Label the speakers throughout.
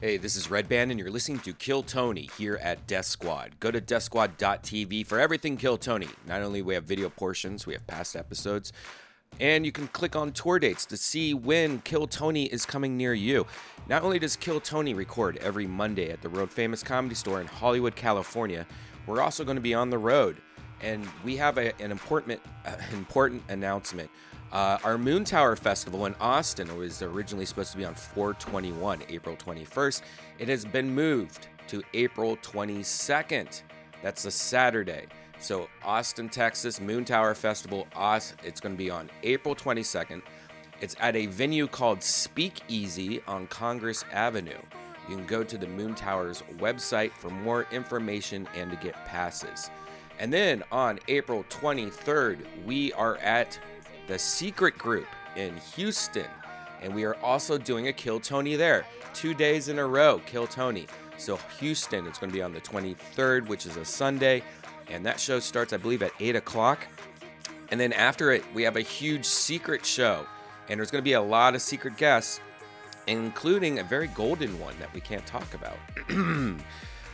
Speaker 1: Hey, this is Red Band, and you're listening to Kill Tony here at Death Squad. Go to deathsquad.tv for everything Kill Tony. Not only we have video portions, we have past episodes, and you can click on tour dates to see when Kill Tony is coming near you. Not only does Kill Tony record every Monday at the Road Famous Comedy Store in Hollywood, California, we're also going to be on the road and we have a, an important uh, important announcement. Uh, our Moon Tower Festival in Austin was originally supposed to be on 421, April 21st. It has been moved to April 22nd. That's a Saturday. So Austin, Texas, Moon Tower Festival, Aus. It's going to be on April 22nd. It's at a venue called Speakeasy on Congress Avenue. You can go to the Moon Tower's website for more information and to get passes. And then on April 23rd, we are at the Secret Group in Houston. And we are also doing a Kill Tony there. Two days in a row, Kill Tony. So Houston, it's going to be on the 23rd, which is a Sunday. And that show starts, I believe, at 8 o'clock. And then after it, we have a huge secret show. And there's going to be a lot of secret guests, including a very golden one that we can't talk about.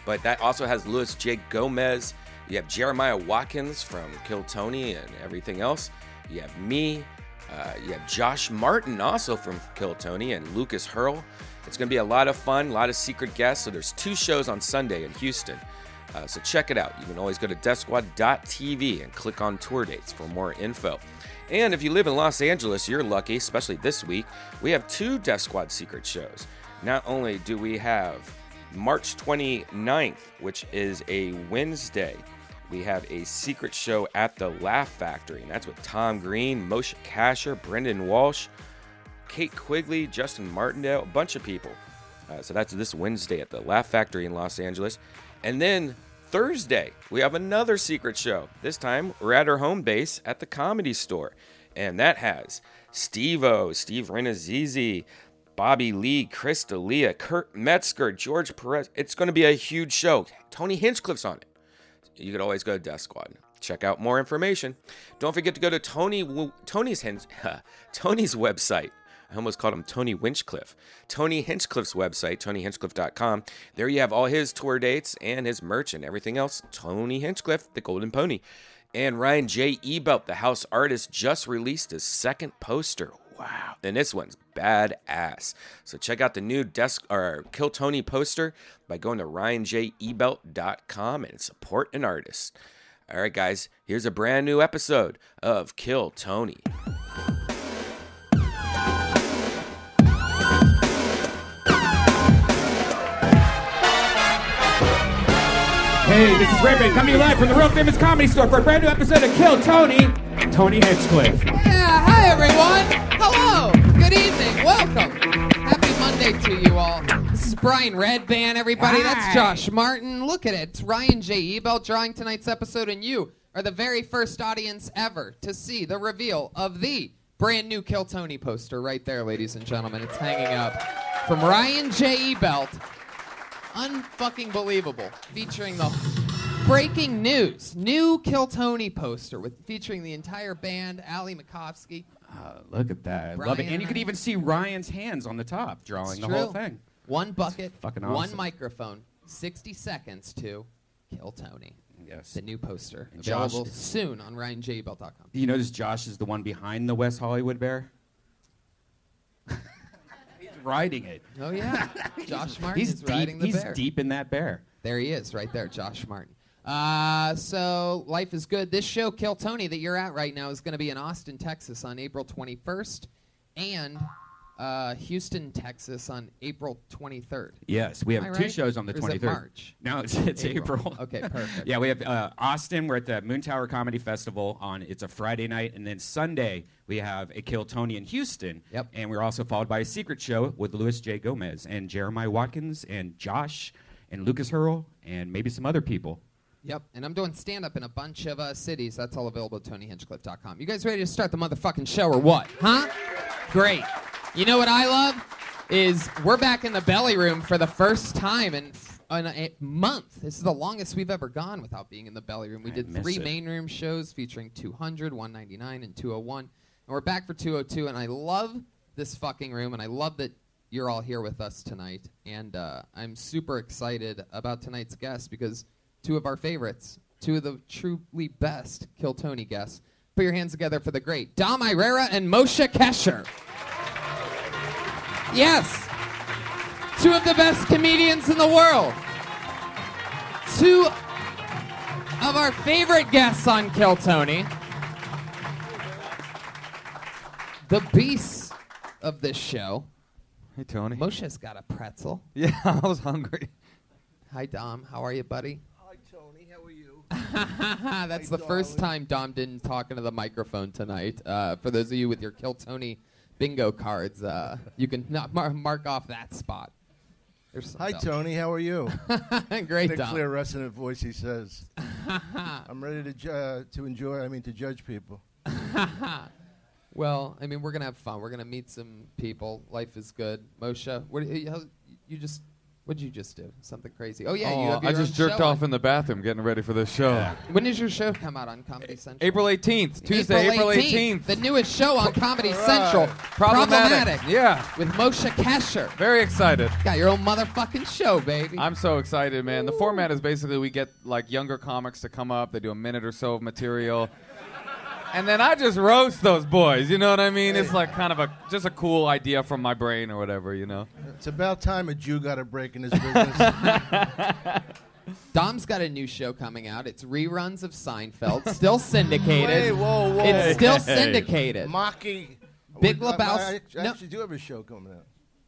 Speaker 1: But that also has Luis J. Gomez. You have Jeremiah Watkins from Kill Tony and everything else. You have me. Uh, you have Josh Martin also from Kill Tony and Lucas Hurl. It's going to be a lot of fun, a lot of secret guests. So there's two shows on Sunday in Houston. Uh, so check it out. You can always go to deathsquad.tv and click on tour dates for more info. And if you live in Los Angeles, you're lucky, especially this week. We have two Death Squad secret shows. Not only do we have March 29th, which is a Wednesday, we have a secret show at the Laugh Factory, and that's with Tom Green, Moshe Kasher, Brendan Walsh, Kate Quigley, Justin Martindale, a bunch of people. Uh, so that's this Wednesday at the Laugh Factory in Los Angeles. And then Thursday, we have another secret show. This time, we're at our home base at the comedy store. And that has Steve O, Steve Renazizi, Bobby Lee, Chris D'Elia, Kurt Metzger, George Perez. It's going to be a huge show. Tony Hinchcliffe's on it you could always go to Death Squad. Check out more information. Don't forget to go to Tony Wu- Tony's Hin- Tony's website. I almost called him Tony Winchcliffe. Tony Hinchcliffe's website, TonyHinchcliffe.com. There you have all his tour dates and his merch and everything else. Tony Hinchcliffe, the Golden Pony. And Ryan J. Ebelt, the house artist, just released his second poster. Wow. And this one's badass. So check out the new desk or Kill Tony poster by going to ryanjebelt.com and support an artist. All right, guys, here's a brand new episode of Kill Tony.
Speaker 2: Hey, this is Raymond coming live from the real famous comedy store for a brand new episode of Kill Tony. Tony Hinchcliffe.
Speaker 3: Yeah, hi everyone. Hello. Good evening. Welcome. Happy Monday to you all. This is Brian Redban, everybody. That's Josh Martin. Look at it. It's Ryan J. Ebel drawing tonight's episode, and you are the very first audience ever to see the reveal of the brand new Kill Tony poster right there, ladies and gentlemen. It's hanging up from Ryan J. Ebelt. Unfucking believable. Featuring the Breaking news: New Kill Tony poster with featuring the entire band, Ali Makovsky.
Speaker 2: Look at that. I love it.
Speaker 3: Brian
Speaker 2: And you can
Speaker 3: Hyde.
Speaker 2: even see Ryan's hands on the top drawing the whole
Speaker 3: True.
Speaker 2: thing.
Speaker 3: One bucket,
Speaker 2: fucking
Speaker 3: one
Speaker 2: awesome.
Speaker 3: microphone, 60 seconds to Kill Tony.
Speaker 2: Yes.
Speaker 3: The new poster.
Speaker 2: Josh-
Speaker 3: Available soon on RyanJBell.com.
Speaker 2: You notice Josh is the one behind the West Hollywood bear? he's riding it.
Speaker 3: Oh, yeah. Josh Martin
Speaker 2: He's
Speaker 3: is
Speaker 2: deep,
Speaker 3: riding the
Speaker 2: he's
Speaker 3: bear.
Speaker 2: deep in that bear.
Speaker 3: There he is, right there, Josh Martin. Uh, so life is good. This show, Kill Tony, that you're at right now, is going to be in Austin, Texas, on April 21st, and uh, Houston, Texas, on April 23rd.
Speaker 2: Yes, we have
Speaker 3: Am I
Speaker 2: two
Speaker 3: right?
Speaker 2: shows on the
Speaker 3: Or is it
Speaker 2: 23rd.
Speaker 3: March?
Speaker 2: No, it's, it's April.
Speaker 3: Okay, perfect.
Speaker 2: yeah, we have uh, Austin. We're at the Moon Tower Comedy Festival on. It's a Friday night, and then Sunday we have a Kill Tony in Houston.
Speaker 3: Yep.
Speaker 2: And we're also followed by a secret show with Louis J. Gomez and Jeremiah Watkins and Josh and Lucas Hurl and maybe some other people.
Speaker 3: Yep, and I'm doing stand up in a bunch of uh, cities. That's all available at TonyHinchcliffe.com. You guys ready to start the motherfucking show or what? Huh? Great. You know what I love is we're back in the belly room for the first time in, f- in a month. This is the longest we've ever gone without being in the belly room. We
Speaker 2: I
Speaker 3: did
Speaker 2: miss
Speaker 3: three
Speaker 2: it.
Speaker 3: main room shows featuring 200, 199, and 201, and we're back for 202. And I love this fucking room, and I love that you're all here with us tonight, and uh, I'm super excited about tonight's guests because two of our favorites, two of the truly best Kill Tony guests. Put your hands together for the great Dom Irera and Moshe Kesher. Yes, two of the best comedians in the world. Two of our favorite guests on Kill Tony. The beasts of this show.
Speaker 4: Hey, Tony.
Speaker 3: Moshe's got a pretzel.
Speaker 4: Yeah, I was hungry.
Speaker 3: Hi, Dom. How are you, buddy?
Speaker 5: Hi, Tony. How are you?
Speaker 3: That's the first time Dom didn't talk into the microphone tonight. Uh, for those of you with your Kill Tony bingo cards, uh, you can not mar- mark off that spot. There's some
Speaker 5: Hi,
Speaker 3: Dom.
Speaker 5: Tony. How are you?
Speaker 3: Great,
Speaker 5: the
Speaker 3: Dom.
Speaker 5: clear resonant voice he says. I'm ready to ju- uh, to enjoy. I mean, to judge people.
Speaker 3: Well, I mean, we're gonna have fun. We're gonna meet some people. Life is good. Moshe, what you, how, you just? What'd you just do? Something crazy? Oh yeah, you
Speaker 4: oh,
Speaker 3: have
Speaker 4: I
Speaker 3: your
Speaker 4: just
Speaker 3: own
Speaker 4: jerked
Speaker 3: show
Speaker 4: off
Speaker 3: on-
Speaker 4: in the bathroom getting ready for this show.
Speaker 3: When does your show come out on
Speaker 5: Eh,
Speaker 3: Comedy Central?
Speaker 4: April 18th, Tuesday, April 18th.
Speaker 3: The newest show on Comedy
Speaker 4: All right.
Speaker 3: Central,
Speaker 4: Problematic. Yeah.
Speaker 3: with Moshe Kesher.
Speaker 4: Very excited.
Speaker 3: Got your own motherfucking show, baby.
Speaker 4: I'm so excited, man. The format is basically we get like younger comics to come up, they do a minute or so of material. And then I just roast those boys, you know what I mean? It's like kind of a just a cool idea from my brain or whatever, you know.
Speaker 5: It's about time a Jew got a break in his business.
Speaker 3: Dom's got a new show coming out. It's reruns of Seinfeld, still syndicated.
Speaker 5: Hey, whoa, whoa.
Speaker 3: It's still syndicated.
Speaker 5: Mocky.
Speaker 3: Big
Speaker 5: Well, I- I,
Speaker 3: Lebowski-
Speaker 5: act- I
Speaker 3: no.
Speaker 5: actually do have a show coming out.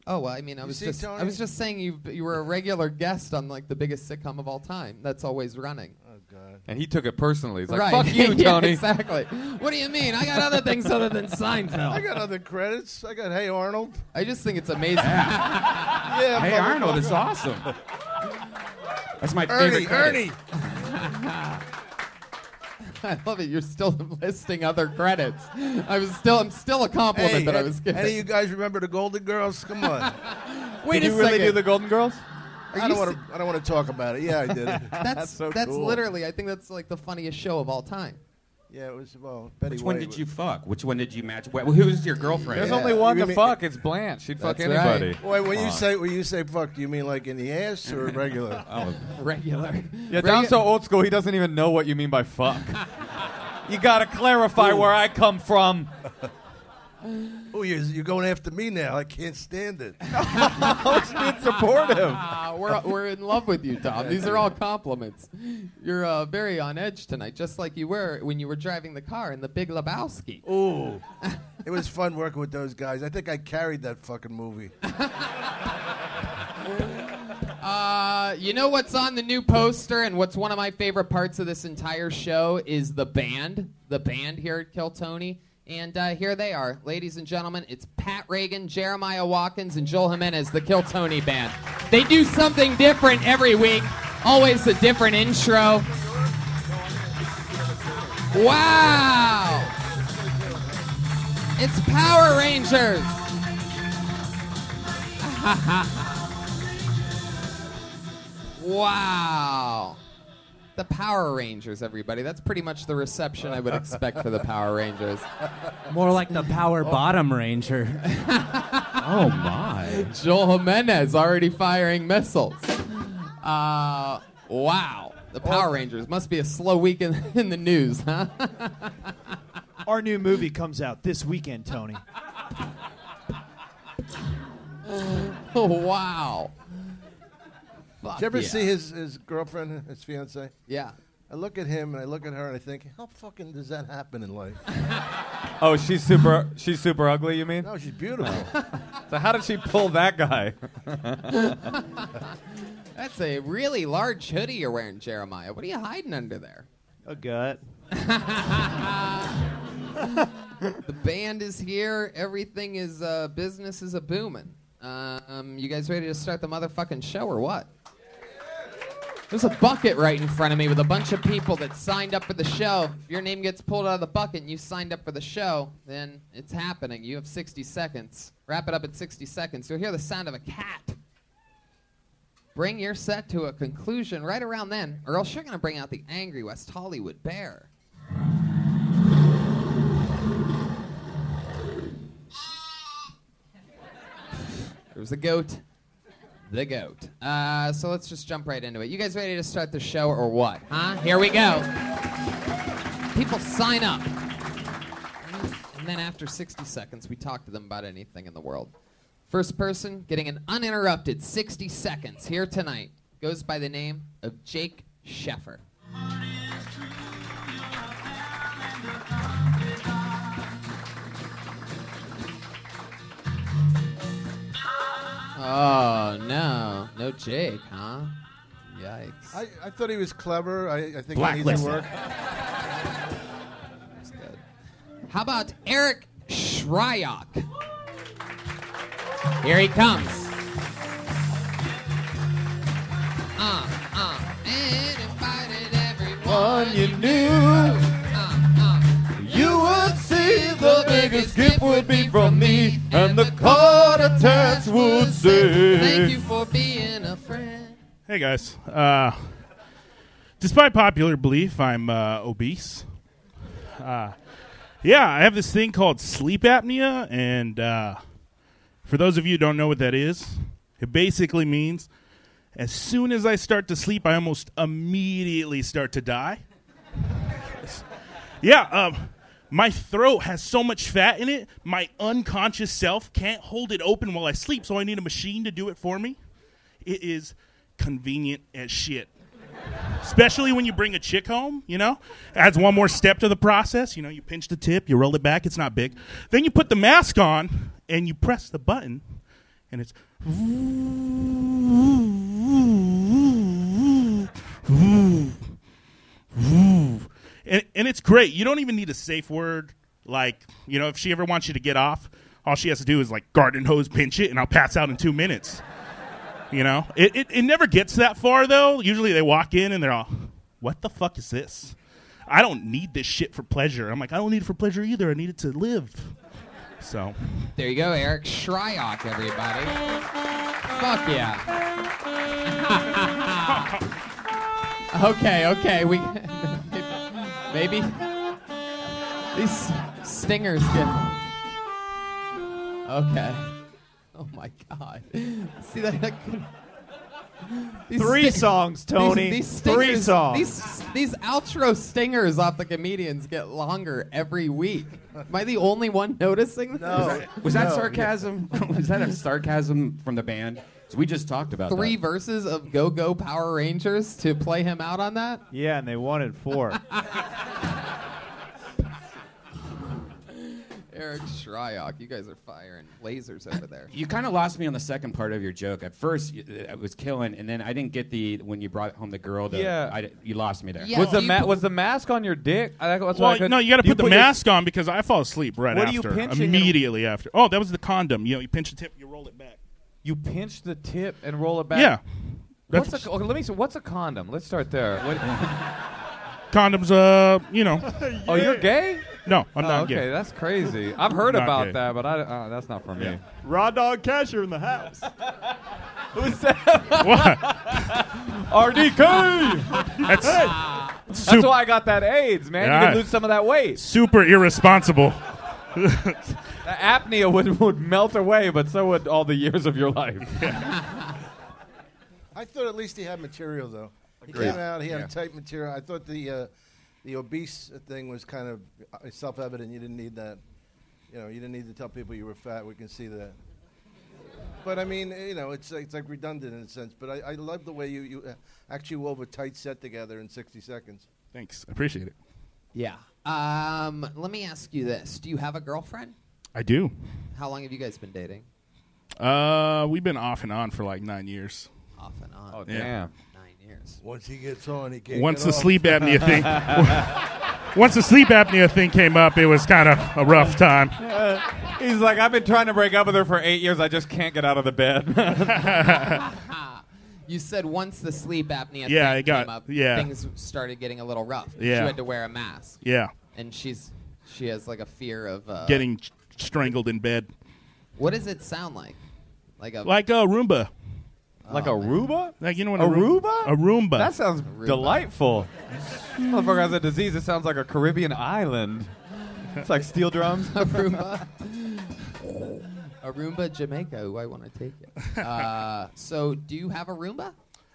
Speaker 3: Oh well, I mean, I was
Speaker 5: see,
Speaker 3: just I
Speaker 5: Tony?
Speaker 3: was just saying you you were a regular guest on like the biggest sitcom of all time. That's always running.
Speaker 5: Oh God.
Speaker 4: And he took it personally. He's like,
Speaker 3: right?
Speaker 4: "Fuck you,
Speaker 3: Yeah,
Speaker 4: Tony."
Speaker 3: exactly. What do you mean? I got other things other than
Speaker 5: I
Speaker 3: Seinfeld.
Speaker 5: got other credits. I got Hey Arnold.
Speaker 3: I just think it's amazing.
Speaker 5: Yeah.
Speaker 2: Hey,
Speaker 5: mother-
Speaker 2: Arnold, it's awesome. That's my favorite. credit.
Speaker 5: Ernie. Ernie.
Speaker 3: I love it. You're still listing other credits. I was still I'm still a compliment
Speaker 5: Hey,
Speaker 3: that I
Speaker 5: an-
Speaker 3: was
Speaker 5: any of you
Speaker 3: giving.
Speaker 5: guys remember the Golden Girls? Come on.
Speaker 3: Wait
Speaker 4: Did
Speaker 3: a
Speaker 4: you really
Speaker 3: second.
Speaker 4: do the Golden Girls?
Speaker 3: Are
Speaker 5: I
Speaker 3: you
Speaker 5: don't want to. I don't want to talk about it. Yeah, I did.
Speaker 3: That's that's,
Speaker 4: so cool.
Speaker 3: literally. I think that's like the funniest show of all time.
Speaker 5: yeah, it was well. Betty
Speaker 2: Which one
Speaker 5: White
Speaker 2: did
Speaker 5: was-
Speaker 2: you fuck? Which one did you match? Wh- Who was your girlfriend?
Speaker 4: There's
Speaker 5: Yeah.
Speaker 4: only one
Speaker 5: You
Speaker 4: to
Speaker 5: mean-
Speaker 4: fuck. It's Blanche. She'd fuck
Speaker 3: That's right.
Speaker 4: anybody.
Speaker 5: Wait, when you say when you say fuck, do you mean like in the ass or regular?
Speaker 3: Regular.
Speaker 4: Yeah, Dom's so old school, he doesn't even know what you mean by fuck. you gotta clarify where I come from.
Speaker 5: oh, you're, you're going after me now. I can't stand it.
Speaker 4: It's being supportive.
Speaker 3: Ah, we're we're in love with you, Tom. These are all compliments. You're uh, very on edge tonight, just like you were when you were driving the car in the Big Lebowski.
Speaker 5: Ooh, it was fun working with those guys. I think I carried that fucking movie.
Speaker 3: Uh, you know what's on the new poster, and what's one of my favorite parts of this entire show is the band. The band here at Kill Tony. And uh, here they are, ladies and gentlemen. It's Pat Reagan, Jeremiah Watkins, and Joel Jimenez, the Kill Tony band. They do something different every week, always a different intro. Wow! It's Power Rangers! Wow. The Power Rangers, everybody. That's pretty much the reception I would expect for the Power Rangers.
Speaker 6: More like the power bottom ranger.
Speaker 2: Oh my!
Speaker 3: Joel Jimenez already firing missiles. Uh, wow. The
Speaker 6: Oh.
Speaker 3: Power Rangers must be a slow week in, in the news, huh?
Speaker 7: Our new movie comes out this weekend, Tony.
Speaker 3: Oh, wow.
Speaker 5: Did you ever
Speaker 3: yeah.
Speaker 5: see his his girlfriend, his fiance?
Speaker 3: Yeah.
Speaker 5: I look at him and I look at her and I think, how fucking does that happen in life?
Speaker 4: Oh, she's super. She's super ugly. You mean?
Speaker 5: No, she's beautiful.
Speaker 4: So how did she pull that guy?
Speaker 3: That's a really large hoodie you're wearing, Jeremiah. What are you hiding under there?
Speaker 7: A gut.
Speaker 3: The band is here. Everything is uh, business is a booming. Um, you guys ready to start the motherfucking show or what? There's a bucket right in front of me with a bunch of people that signed up for the show. If your name gets pulled out of the bucket and you signed up for the show, then it's happening. You have 60 seconds. Wrap it up at 60 seconds. You'll hear the sound of a cat. Bring your set to a conclusion right around then, or else you're going to bring out the angry West Hollywood bear. There was the goat. The goat. Uh, so let's just jump right into it. You guys ready to start the show or what? Huh? Here we go. People sign up. And then after 60 seconds, we talk to them about anything in the world. First person getting an uninterrupted 60 seconds here tonight goes by the name of Jake Sheffer. Oh, no. No Jake, huh? Yikes.
Speaker 5: I, I thought he was clever. I, I think he needs
Speaker 3: Blacklisted.
Speaker 5: to work.
Speaker 3: How about Eric Shryock? Here he comes. Uh, uh, and invited everyone you knew.
Speaker 8: You would see the biggest gift would be from me, and the card attached would say.
Speaker 3: Thank you for being a friend.
Speaker 9: Hey guys. Uh, despite popular belief, I'm uh, obese. Uh, yeah, I have this thing called sleep apnea, and uh, for those of you who don't know what that is, it basically means as soon as I start to sleep, I almost immediately start to die. yeah, um, my throat has so much fat in it, my unconscious self can't hold it open while I sleep, so I need a machine to do it for me. It is convenient as shit. Especially when you bring a chick home, you know? Adds one more step to the process. You know, you pinch the tip, you roll it back, it's not big. Then you put the mask on and you press the button, and it's. And, and it's great. You don't even need a safe word. Like, you know, if she ever wants you to get off, all she has to do is like garden hose pinch it, and I'll pass out in two minutes. You know, it, it, it never gets that far though. Usually they walk in and they're all, "What the fuck is this? I don't need this shit for pleasure." I'm like, "I don't need it for pleasure either. I need it to live." So,
Speaker 3: There you go, Eric Shryock, everybody. Fuck yeah. okay, okay, we maybe these stingers get okay. Oh my god! See that? that could- These
Speaker 7: Three
Speaker 3: sti-
Speaker 7: songs, Tony.
Speaker 3: These, these
Speaker 7: Three
Speaker 3: stingers-
Speaker 7: songs.
Speaker 3: These, these outro stingers off the comedians get longer every week. Am I the only one noticing this?
Speaker 5: No.
Speaker 2: Was that
Speaker 5: No.
Speaker 2: sarcasm? was that a sarcasm from the band? 'Cause we just talked about
Speaker 3: three
Speaker 2: that.
Speaker 3: verses of Go Go Power Rangers to play him out on that?
Speaker 7: Yeah, and they wanted four.
Speaker 3: Eric Shryock, you guys are firing lasers over there.
Speaker 2: You kind of lost me on the second part of your joke. At first, you- I was killing, and then I didn't get the when you brought home the girl. The,
Speaker 4: Yeah.
Speaker 2: I, you lost me there.
Speaker 3: Yeah.
Speaker 4: Was the
Speaker 3: Do you
Speaker 4: ma-
Speaker 3: put-
Speaker 4: was the mask on your dick? I, that's what I
Speaker 9: well,
Speaker 4: could-
Speaker 9: no, you got to
Speaker 4: do
Speaker 9: put the
Speaker 4: your-
Speaker 9: mask on because I fall asleep right
Speaker 7: What are you
Speaker 9: after,
Speaker 7: pinching and-
Speaker 9: immediately after. Oh, that was the condom. You know, you pinch the tip, you roll it back.
Speaker 4: you pinch the tip and roll it back.
Speaker 9: Yeah,
Speaker 4: What's
Speaker 9: that's
Speaker 4: a, okay, let me. See, what's a condom? Let's start there. What,
Speaker 9: condoms. Uh, you know,
Speaker 4: Oh, you're gay?
Speaker 9: no, I'm
Speaker 4: Oh,
Speaker 9: not
Speaker 4: okay,
Speaker 9: gay.
Speaker 4: that's crazy. I've heard
Speaker 9: Not
Speaker 4: about
Speaker 9: gay.
Speaker 4: that, but I, uh, that's not for me.
Speaker 9: Yeah.
Speaker 7: Raw Dog Casher in the house.
Speaker 4: Who's that?
Speaker 9: What?
Speaker 4: RDK.
Speaker 9: That's
Speaker 4: That's
Speaker 9: super,
Speaker 4: why I got that AIDS, man. You
Speaker 9: Yeah.
Speaker 4: can lose some of that weight.
Speaker 9: super irresponsible.
Speaker 4: The apnea would, would melt away, but so would all the years of your life.
Speaker 5: I thought at least he had material though. He came out. He had tight material. I thought the uh, the obese thing was kind of uh, self-evident. You didn't need that. You know, you didn't need to tell people you were fat. We can see that. But I mean, you know, it's it's like redundant in a sense. But I, I love the way you you uh, actually wove a tight set together in 60 seconds.
Speaker 9: Thanks, I appreciate it.
Speaker 3: Yeah. Um, let me ask you this. Do you have a girlfriend?
Speaker 9: I do.
Speaker 3: How long have you guys been dating?
Speaker 9: Uh, we've been off and on for like nine years.
Speaker 3: Off and on.
Speaker 4: Oh,
Speaker 9: Yeah.
Speaker 4: damn.
Speaker 3: Nine years.
Speaker 5: Once he gets on, he can't.
Speaker 9: Once
Speaker 5: get
Speaker 9: the
Speaker 5: off.
Speaker 9: sleep apnea thing, once the sleep apnea thing came up, it was kind of a rough time.
Speaker 4: Uh, He's like, I've been trying to break up with her for eight years. I just can't get out of the bed.
Speaker 3: You said once the sleep apnea
Speaker 9: Yeah,
Speaker 3: thing
Speaker 9: it got-
Speaker 3: came up,
Speaker 9: yeah.
Speaker 3: things started getting a little rough.
Speaker 9: Yeah.
Speaker 3: She had to wear a mask.
Speaker 9: Yeah,
Speaker 3: And she's she has like a fear of uh,
Speaker 9: getting ch- strangled in bed
Speaker 3: What does it sound like? Like a
Speaker 9: like a Roomba.
Speaker 4: like
Speaker 3: Oh,
Speaker 4: Aruba?
Speaker 9: Like you know what
Speaker 4: Aruba?
Speaker 9: A Roomba.
Speaker 4: That sounds
Speaker 3: Aruba.
Speaker 4: delightful. This motherfucker has a disease that sounds like a Caribbean island. It's like steel drums.
Speaker 3: Roomba. Aruba, Jamaica. Ooh, I want to take it. Uh, so, do you have a Roomba?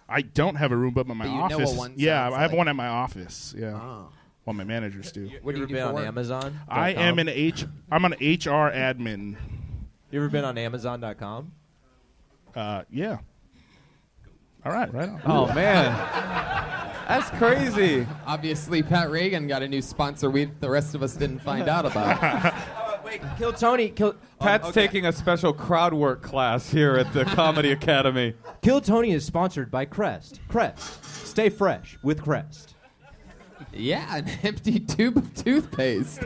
Speaker 9: I don't have a room, but my
Speaker 3: But you know what
Speaker 9: office.
Speaker 3: one
Speaker 9: yeah,
Speaker 3: sounds
Speaker 9: I have
Speaker 3: like. Oh.
Speaker 9: one at my office. Yeah, well, my managers do.
Speaker 3: What do you
Speaker 10: ever
Speaker 3: do
Speaker 10: been
Speaker 3: for
Speaker 10: on
Speaker 3: work?
Speaker 10: Amazon?
Speaker 9: I
Speaker 10: dot
Speaker 9: am
Speaker 10: com?
Speaker 9: an H. I'm an HR admin.
Speaker 10: You ever been on Amazon.com?
Speaker 9: Uh, yeah. All right, right on.
Speaker 4: Oh, man.
Speaker 3: That's crazy. Obviously, Pat Reagan got a new sponsor we the rest of us didn't find out about.
Speaker 10: Wait, kill Tony. Kill.
Speaker 4: Oh, Pat's taking a special crowd work class here at the Comedy Academy.
Speaker 10: Kill Tony is sponsored by Crest. Crest. Stay fresh with Crest.
Speaker 3: yeah, an empty tube of toothpaste.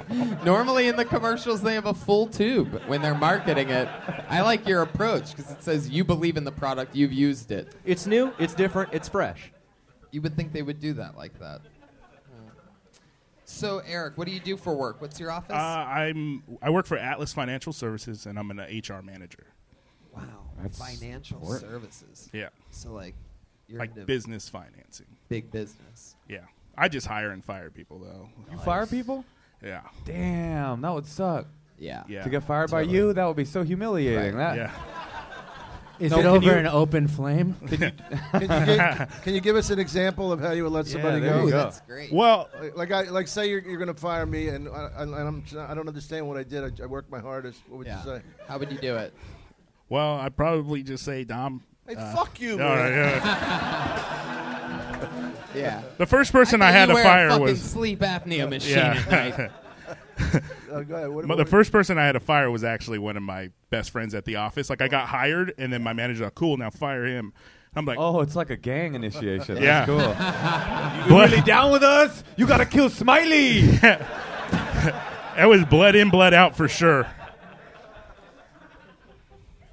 Speaker 3: Normally, in the commercials, they have a full tube when they're marketing it. I like your approach because it says you believe in the product, you've used it.
Speaker 10: It's new. It's different. It's fresh.
Speaker 3: You would think they would do that like that. So, Eric, what do you do for work? What's your office?
Speaker 9: Uh, I'm. I work for Atlas Financial Services, and I'm an HR manager.
Speaker 3: wow,
Speaker 9: That's
Speaker 3: financial
Speaker 9: work.
Speaker 3: services.
Speaker 9: Yeah.
Speaker 3: So, like, you're
Speaker 9: Like
Speaker 3: into
Speaker 9: business financing.
Speaker 3: big business.
Speaker 9: Yeah. I just hire and fire people though.
Speaker 4: You fire people?
Speaker 9: Yeah.
Speaker 4: Damn, that would suck.
Speaker 3: Yeah.
Speaker 9: Yeah.
Speaker 4: To get fired by
Speaker 9: Totally.
Speaker 4: you, that would be so humiliating. That.
Speaker 9: Yeah.
Speaker 1: Is
Speaker 4: No,
Speaker 1: it
Speaker 4: can
Speaker 1: over
Speaker 4: you-
Speaker 1: an open flame?
Speaker 5: Can you, give, can you give us an example of how you would let somebody
Speaker 4: there
Speaker 5: go?
Speaker 4: you Ooh, go. that's
Speaker 3: great.
Speaker 9: Well,
Speaker 5: Like- like I like say you're, you're going to fire me, and I, I, and I'm I don't understand what I did. I, I worked my hardest. What would
Speaker 3: Yeah.
Speaker 5: you say?
Speaker 3: How would you do it?
Speaker 9: Well, I probably just say Dom.
Speaker 5: Hey,
Speaker 9: uh,
Speaker 5: fuck you,
Speaker 9: all
Speaker 5: man.
Speaker 9: right, yeah.
Speaker 3: Yeah.
Speaker 9: The first person I,
Speaker 3: I
Speaker 9: had
Speaker 3: you
Speaker 9: to
Speaker 3: wear a
Speaker 9: fire
Speaker 3: fucking
Speaker 9: was
Speaker 3: sleep apnea machine at night.
Speaker 9: yeah.
Speaker 5: Uh, go ahead. What, what
Speaker 9: But the
Speaker 5: would-
Speaker 9: first person I had to fire was actually one of my best friends at the office. Like I got hired, and then my manager, like, cool, now fire him. I'm like,
Speaker 4: Oh, it's like a gang initiation.
Speaker 9: Yeah.
Speaker 4: That's cool. you really down with us? You gotta kill Smiley.
Speaker 9: that was blood in, blood out for sure.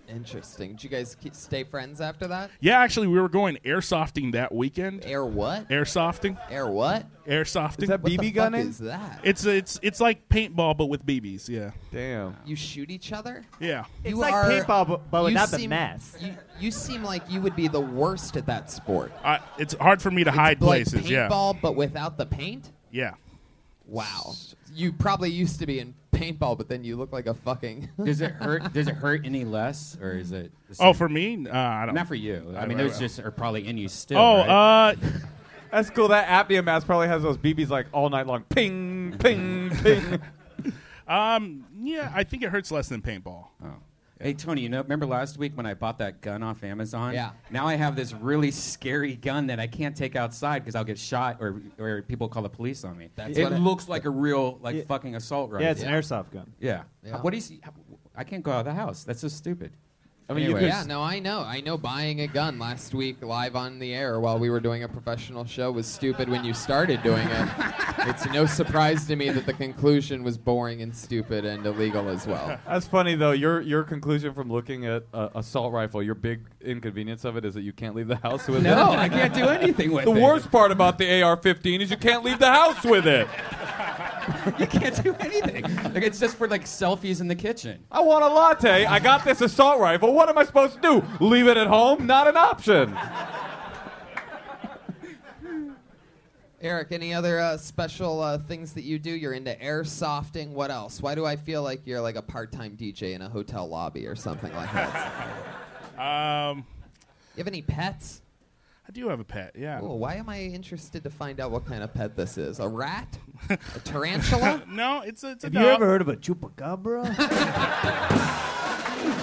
Speaker 3: Interesting. Did you guys keep, stay friends after that?
Speaker 9: Yeah, actually, we were going airsofting that weekend.
Speaker 3: Air what?
Speaker 9: Airsofting,
Speaker 3: Air what?
Speaker 9: airsofting.
Speaker 4: Is that
Speaker 3: What the
Speaker 4: BB
Speaker 3: fuck
Speaker 4: gunning?
Speaker 3: is that?
Speaker 9: it's it's it's like paintball, but with BBs. Yeah,
Speaker 4: Damn.
Speaker 3: You shoot each other?
Speaker 9: yeah.
Speaker 1: It's
Speaker 3: You
Speaker 1: like
Speaker 3: are-
Speaker 1: paintball, but- but
Speaker 3: you
Speaker 1: without the
Speaker 3: seem-
Speaker 1: mess.
Speaker 3: You, you seem like you would be the worst at that sport.
Speaker 9: I, it's hard for me to hide
Speaker 3: It's like
Speaker 9: places. Yeah,
Speaker 3: Paintball, but without the paint?
Speaker 9: yeah.
Speaker 3: Wow. You probably used to be in paintball, but then you look like a fucking.
Speaker 2: Does it hurt? Does it hurt any less, or is it? the
Speaker 9: Oh,
Speaker 2: same?
Speaker 9: for me, uh, I don't.
Speaker 2: not for you. I, mean,
Speaker 9: I-
Speaker 2: those
Speaker 9: I-
Speaker 2: just are probably in you still.
Speaker 9: oh,
Speaker 2: right?
Speaker 9: uh,
Speaker 4: That's cool. That apnea mask probably has those BBs like all night long. Ping, ping, ping.
Speaker 9: um, yeah. I think it hurts less than paintball.
Speaker 2: Oh. Hey Tony, you know, remember last week when I bought that gun off Amazon?
Speaker 3: Yeah.
Speaker 2: Now I have this really scary gun that I can't take outside because I'll get shot or, or people call the police on me.
Speaker 3: That's
Speaker 2: it
Speaker 3: what I-
Speaker 2: looks like a real like
Speaker 1: Yeah.
Speaker 2: fucking assault rifle.
Speaker 1: Yeah, it's an airsoft gun.
Speaker 2: Yeah.
Speaker 3: Yeah.
Speaker 2: What do you see? I can't go out of the house. That's so stupid. I
Speaker 4: mean, you
Speaker 3: Yeah, no, I know. I know buying a gun last week live on the air while we were doing a professional show was stupid when you started doing it. it's no surprise to me that the conclusion was boring and stupid and illegal as well.
Speaker 4: That's funny though. Your your conclusion from looking at uh, assault rifle, your big inconvenience of it is that you can't leave the house with
Speaker 2: No,
Speaker 4: it.
Speaker 2: I can't do anything with
Speaker 4: The
Speaker 2: it.
Speaker 4: worst part about the AR-15 is you can't leave the house with it.
Speaker 2: You can't do anything. Like it's just for like selfies in the kitchen.
Speaker 4: I want a latte. I got this assault rifle. What am I supposed to do? Leave it at home? Not an option.
Speaker 3: Eric, any other uh, special uh, things that you do? You're into airsofting. What else? Why do I feel like you're like a part-time DJ in a hotel lobby or something like that?
Speaker 9: Um,
Speaker 3: you have any pets?
Speaker 9: I do have a pet. Yeah.
Speaker 3: Oh, why am I interested to find out what kind of pet this is? A rat? A tarantula?
Speaker 9: No, it's a, it's a
Speaker 1: Have
Speaker 9: dog.
Speaker 1: you ever heard of a chupacabra?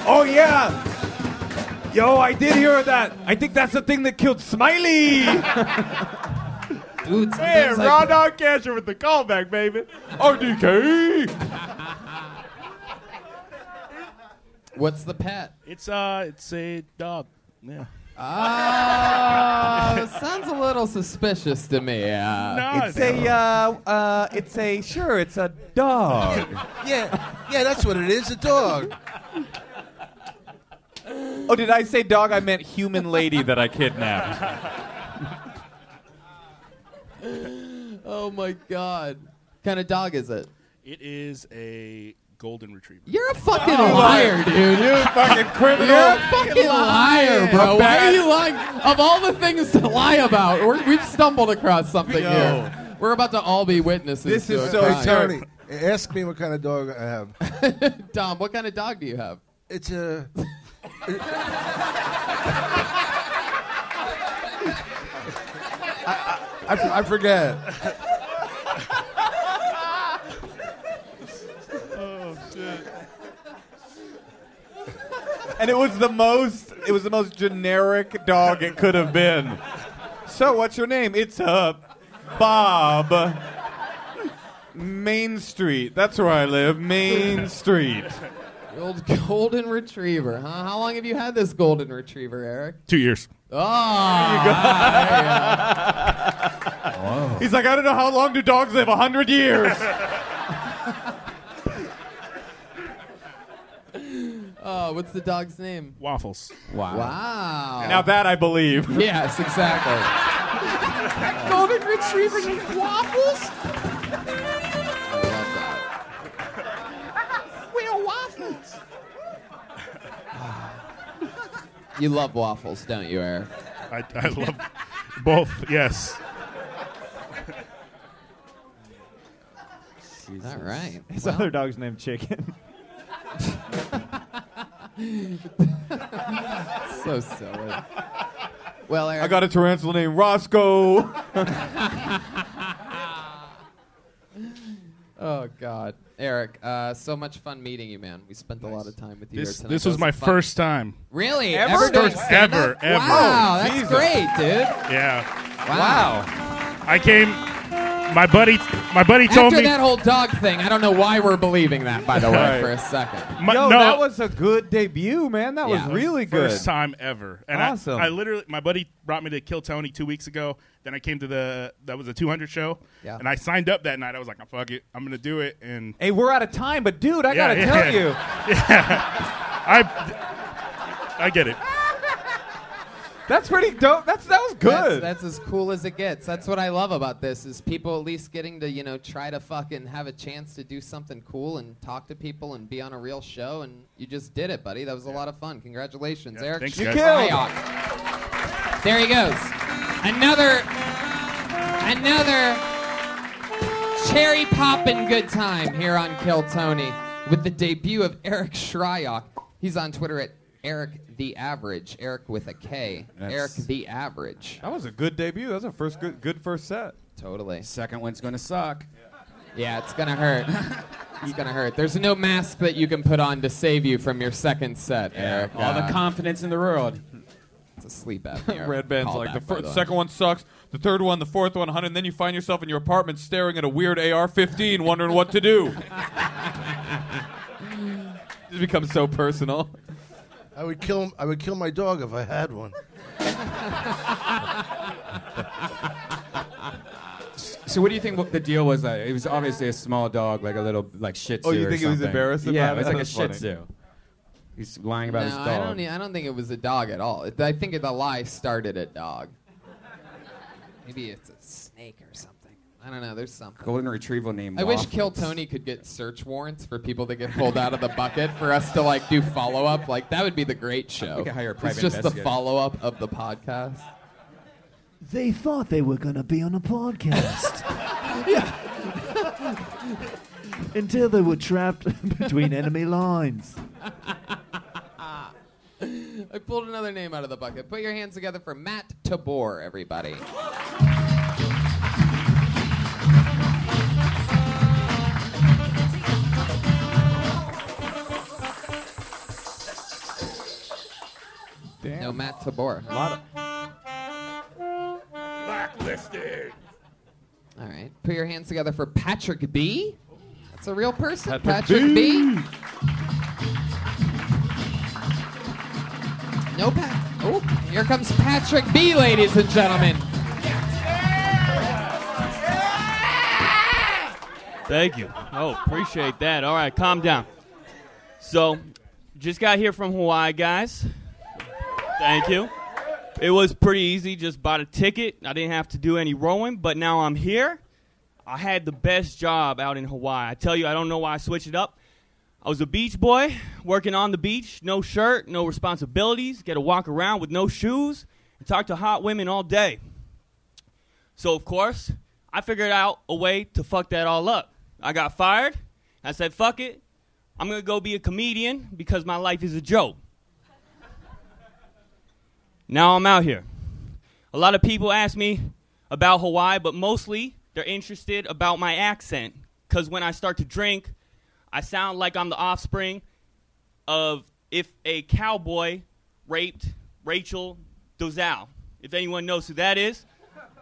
Speaker 4: Oh yeah. Yo, I did hear that. I think that's the thing that killed Smiley.
Speaker 3: Dude,
Speaker 4: Hey,
Speaker 3: sometimes I-
Speaker 4: raw dog catcher with the callback, baby. RDK.
Speaker 3: what's the pet?
Speaker 9: It's uh, it's a dog. Yeah.
Speaker 3: Oh, sounds a little suspicious to me. Uh,
Speaker 9: No,
Speaker 11: It's a, uh, uh, it's a, sure, it's a dog.
Speaker 5: yeah, yeah, that's what it is. A dog.
Speaker 4: Oh, did I say dog? I meant human lady that I kidnapped.
Speaker 3: Oh my god. kind of dog is it?
Speaker 9: it is a golden retriever.
Speaker 3: You're a fucking liar, dude. You're
Speaker 4: Fucking criminal.
Speaker 3: You're a fucking liar, bro. Why are you lying? Of all the things to lie about, we're, we've stumbled across something here. We're about to all be witnesses.
Speaker 4: This
Speaker 3: to
Speaker 4: is
Speaker 3: a
Speaker 4: so
Speaker 3: crime.
Speaker 4: terrible.
Speaker 5: Tony, ask me what kind of dog I have.
Speaker 3: Dom, what kind of dog do you have?
Speaker 5: It's a. I, I, I f- I forget.
Speaker 8: oh shit.
Speaker 4: And it was the most it was the most generic dog it could have been. So what's your name? It's up. Bob. Main Street. That's where I live. Main Street.
Speaker 3: The Old golden retriever, huh? How long have you had this golden retriever, Eric?
Speaker 9: Two years.
Speaker 3: Oh, ah, there you go.
Speaker 4: He's like, I don't know how long do dogs live? A hundred years.
Speaker 3: Oh, what's the dog's name?
Speaker 9: Waffles.
Speaker 3: Wow. Wow.
Speaker 4: Now that I believe.
Speaker 3: Yes, exactly.
Speaker 8: Golden retrievers with waffles?
Speaker 3: I love that.
Speaker 8: We are waffles.
Speaker 3: You love waffles, don't you, Eric?
Speaker 9: I, I love both, yes.
Speaker 3: All right.
Speaker 12: His
Speaker 3: Well.
Speaker 12: other dog's named Chicken.
Speaker 3: so silly. Well, Eric,
Speaker 4: I got a tarantula named Roscoe.
Speaker 3: Oh God, Eric! Uh, so much fun meeting you, man. We spent a lot of time with you.
Speaker 9: This-
Speaker 3: here tonight.
Speaker 9: this
Speaker 3: That
Speaker 9: was my
Speaker 3: fun-
Speaker 9: first time.
Speaker 3: Really?
Speaker 9: Ever?
Speaker 3: Ever doing
Speaker 9: First
Speaker 3: stand-up?
Speaker 9: ever, ever.
Speaker 3: Wow, that's
Speaker 9: Jesus.
Speaker 3: great, dude.
Speaker 9: Yeah.
Speaker 3: Wow.
Speaker 9: I came. My buddy, my buddy told
Speaker 3: After
Speaker 9: me
Speaker 3: that whole dog thing, I don't know why we're believing that. By the way,
Speaker 9: Right.
Speaker 3: for a second.
Speaker 9: My- no.
Speaker 13: that was a good debut, man. That was really good.
Speaker 9: First time ever. And
Speaker 13: Awesome.
Speaker 9: I, I literally, my buddy brought me to Kill Tony two weeks ago. Then I came to the that was a 200 show.
Speaker 13: Yeah.
Speaker 9: And I signed up that night. I was like, "Oh, fuck it, I'm gonna do it. And
Speaker 13: Hey, we're out of time, but dude, I
Speaker 9: Yeah,
Speaker 13: gotta
Speaker 9: yeah.
Speaker 13: tell you.
Speaker 9: Yeah. I I get it.
Speaker 13: That's pretty dope. That's that was
Speaker 3: That's, that's as cool as it gets. That's what I love about this is people at least getting to you know try to fucking have a chance to do something cool and talk to people and be on a real show. And you just did it, buddy. That was a lot of fun. Congratulations, Eric.
Speaker 8: thanks,
Speaker 3: Schreier.
Speaker 8: guys. You
Speaker 3: There he goes. Another, another cherry poppin' good time here on Kill Tony with the debut of Eric Shryock. He's on Twitter at Eric the Average. Eric with a K.
Speaker 4: That's-
Speaker 3: Eric the Average.
Speaker 4: That was a good debut. That was a first good, good first set.
Speaker 3: Totally.
Speaker 2: Second one's gonna suck.
Speaker 3: Yeah, it's gonna hurt. it's gonna hurt. There's no mask that you can put on to save you from your second set, Eric. Uh,
Speaker 2: All the confidence in the world.
Speaker 3: It's a sleep apnea.
Speaker 4: Red Band's like the,
Speaker 3: Callback, by
Speaker 4: fir-
Speaker 3: way.
Speaker 4: second one sucks, the third one, the fourth one, hundred, and then you find yourself in your apartment staring at a weird AR-15, wondering what to do. it becomes so personal.
Speaker 5: I would kill. I would kill my dog if I had one.
Speaker 2: So what do you think what the deal was? Like? It was obviously a small dog, like a little like Shih Tzu.
Speaker 4: Oh, you
Speaker 2: or
Speaker 4: think he was
Speaker 2: something.
Speaker 4: embarrassed about
Speaker 2: Yeah,
Speaker 4: it?
Speaker 2: it was like a
Speaker 4: That's
Speaker 2: Shih
Speaker 4: funny.
Speaker 2: Tzu. He's lying about his
Speaker 3: no,
Speaker 2: dog.
Speaker 3: I don't. e- I don't think it was a dog at all. It- I think the lie started at dog. Maybe it's a snake or something. I don't know. There's something.
Speaker 2: Golden retrieval named.
Speaker 3: I wish
Speaker 2: Waffle.
Speaker 3: Kill Tony could get search warrants for people that get pulled out of the bucket for us to like do follow up. Like that would be the great show.
Speaker 2: We could hire a
Speaker 3: it's
Speaker 2: private
Speaker 3: just the
Speaker 2: investigator.
Speaker 3: follow up of the podcast.
Speaker 12: They thought they were going to be on a podcast. Until they were trapped between enemy lines.
Speaker 3: I pulled another name out of the bucket. Put your hands together for Matt Tabor, everybody. No, Matt Tabor. A lot
Speaker 9: Blacklisted.
Speaker 3: All right. Put your hands together for Patrick B. That's a real person. Patrick,
Speaker 8: Patrick
Speaker 3: B. No Pat. Oh, here comes Patrick B, ladies and gentlemen.
Speaker 14: Thank you. Oh, appreciate that. All right, calm down. So, just got here from Hawaii, guys. Thank you. It was pretty easy. Just bought a ticket. I didn't have to do any rowing, but now I'm here. I had the best job out in Hawaii. I tell you, I don't know why I switched it up. I was a beach boy, working on the beach, no shirt, no responsibilities, get to walk around with no shoes, and talk to hot women all day. So of course, I figured out a way to fuck that all up. I got fired. I said, "Fuck it, I'm gonna go be a comedian because my life is a joke. Now I'm out here. A lot of people ask me about Hawaii, but mostly they're interested about my accent. Because when I start to drink, I sound like I'm the offspring of if a cowboy raped Rachel Dozal. If anyone knows who that is,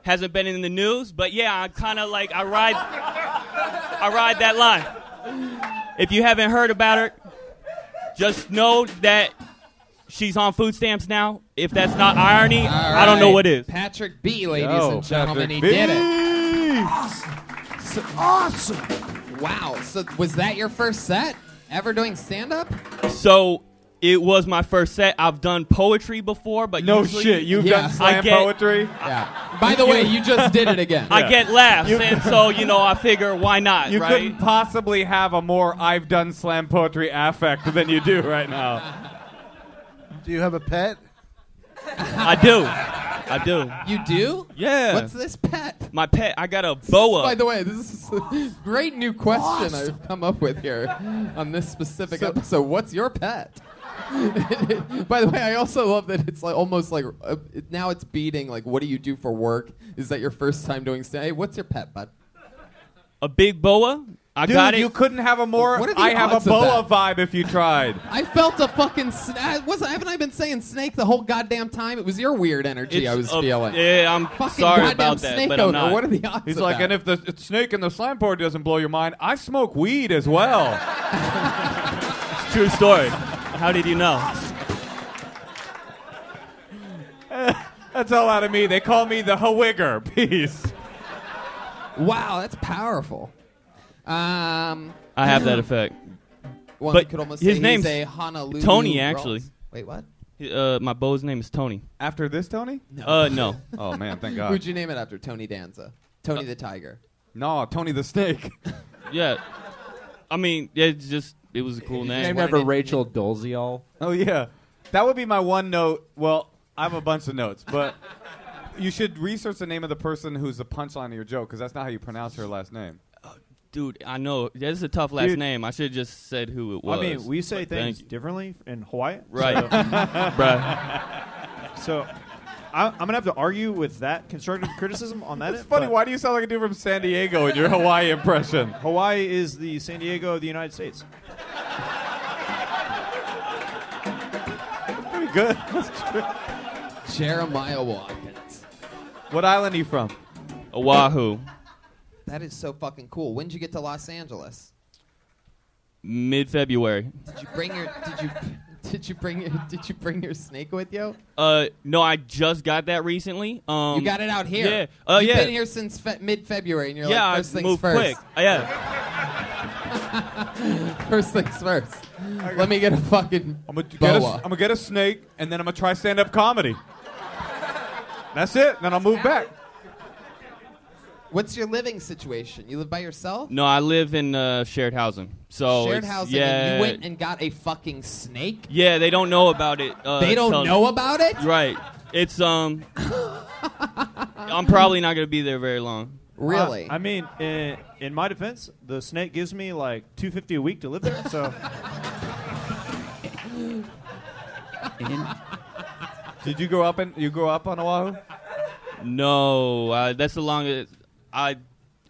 Speaker 14: hasn't been in the news, but yeah, I kind of like I ride, I ride that line. If you haven't heard about her, just know that she's on food stamps now. If that's not irony, I don't know
Speaker 3: right.
Speaker 14: what is.
Speaker 3: Patrick B, ladies and gentlemen, he did
Speaker 14: it.
Speaker 3: Awesome. awesome. Wow. So was that your first set? Ever doing stand up?
Speaker 14: So it was my first set. I've done poetry before, but
Speaker 3: No
Speaker 14: usually-
Speaker 3: shit, you've done
Speaker 14: I
Speaker 3: slam
Speaker 14: get-
Speaker 3: poetry? Yeah. By the way, you just did it again.
Speaker 14: I
Speaker 3: Yeah.
Speaker 14: get laughs,
Speaker 3: You-
Speaker 14: and so you know I figure why not,
Speaker 4: You
Speaker 14: right?
Speaker 4: couldn't possibly have a more I've done slam poetry affect than you do right now.
Speaker 15: Do you have a pet?
Speaker 14: I do, I do.
Speaker 3: You do?
Speaker 14: Yeah.
Speaker 3: What's this pet?
Speaker 14: My pet. I got a boa.
Speaker 3: By the way, this is a great new question I've come up with here on this specific episode. What's your pet? By the way, I also love that it's like almost like uh, it, now it's beating like what do you do for work? Is that your first time doing stand? Hey, what's your pet, bud?
Speaker 14: A big boa. I
Speaker 4: Dude,
Speaker 14: got it.
Speaker 4: you couldn't have a more
Speaker 3: What are the
Speaker 4: I have a
Speaker 3: odds of
Speaker 4: boa vibe if you tried.
Speaker 3: I felt a fucking. Sn- I was haven't I been saying snake the whole goddamn time? It was your weird energy I was
Speaker 4: a-
Speaker 3: feeling.
Speaker 14: Yeah, I'm
Speaker 3: Fucking
Speaker 14: sorry
Speaker 3: goddamn
Speaker 14: about that,
Speaker 3: snake
Speaker 14: but I'm
Speaker 3: owner.
Speaker 14: not.
Speaker 3: What are the odds?
Speaker 4: He's
Speaker 3: of
Speaker 4: like,
Speaker 3: that?
Speaker 4: and if the s- snake and the slime board doesn't blow your mind, I smoke weed as well.
Speaker 14: it's true story. How did you know?
Speaker 4: That's all out of me. They call me the Hawigger. Peace.
Speaker 3: Wow, that's powerful. Um,
Speaker 14: I have that effect.
Speaker 3: One
Speaker 14: but
Speaker 3: could almost
Speaker 14: his
Speaker 3: say
Speaker 14: name's
Speaker 3: he's a Honolulu
Speaker 14: Tony,
Speaker 3: Ross.
Speaker 14: actually.
Speaker 3: Wait, what?
Speaker 14: He- Uh, my beau's name is Tony.
Speaker 4: After this, Tony?
Speaker 14: No. Uh, no. Uh,
Speaker 4: oh man, thank
Speaker 3: Who'd
Speaker 4: God.
Speaker 3: you name it after? Tony Danza, Tony the Tiger.
Speaker 4: No, Tony the Snake.
Speaker 14: Yeah. I mean, yeah, it's just it was a cool name.
Speaker 4: named after
Speaker 16: Rachel Dolezal.
Speaker 4: Oh yeah, that would be my one note. Well, I have a bunch of notes, but you should research the name of the person who's the punchline of your joke because that's not how you pronounce her last name.
Speaker 14: Uh, Dude, I know that's a tough last
Speaker 4: Dude.
Speaker 14: name. I should have just said who it was.
Speaker 6: I mean, we say
Speaker 14: but thank
Speaker 6: things differently in Hawaii.
Speaker 14: Right.
Speaker 6: So,
Speaker 14: Bruh.
Speaker 6: So I, I'm going to have to argue with that constructive criticism on that.
Speaker 4: It's
Speaker 6: end,
Speaker 4: funny.
Speaker 6: but
Speaker 4: Why do you sound like a dude from San Diego in your Hawaii impression?
Speaker 6: Hawaii is the San Diego of the United States.
Speaker 4: Pretty good. That's true.
Speaker 3: Jeremiah Watkins.
Speaker 4: What island are you from?
Speaker 14: Oahu,
Speaker 3: That is so fucking cool. When did you get to Los Angeles?
Speaker 14: mid February.
Speaker 3: Did you bring your? Did you? Did you bring your? Did you bring your snake with you?
Speaker 14: Uh, no, I just got that recently. Um,
Speaker 3: you got it out here.
Speaker 14: Yeah. Uh,
Speaker 3: You've
Speaker 14: yeah.
Speaker 3: been here since fe- mid February, and you're
Speaker 14: yeah,
Speaker 3: like first
Speaker 14: I
Speaker 3: things
Speaker 14: moved
Speaker 3: first.
Speaker 14: quick. Uh, yeah.
Speaker 3: First things first. Let me get a fucking
Speaker 4: I'm gonna get a,
Speaker 3: boa.
Speaker 4: I'm gonna get a snake, and then I'm gonna try stand-up comedy. That's it. Then I'll move back.
Speaker 3: What's your living situation? You live by yourself?
Speaker 14: No, I live in uh, shared housing. So
Speaker 3: Shared
Speaker 14: Oh, it's-
Speaker 3: housing.
Speaker 14: Yeah.
Speaker 3: And you went and got a fucking snake.
Speaker 14: yeah, they don't know about it. Uh,
Speaker 3: They don't
Speaker 14: till-
Speaker 3: know about it?
Speaker 14: Right. It's um. I'm probably not gonna be there very long.
Speaker 6: Uh, I mean, in, in my defense, the snake gives me like 250 a week to live there. So.
Speaker 4: Did you grow up in? You grew up on Oahu?
Speaker 14: No, uh, that's the longest I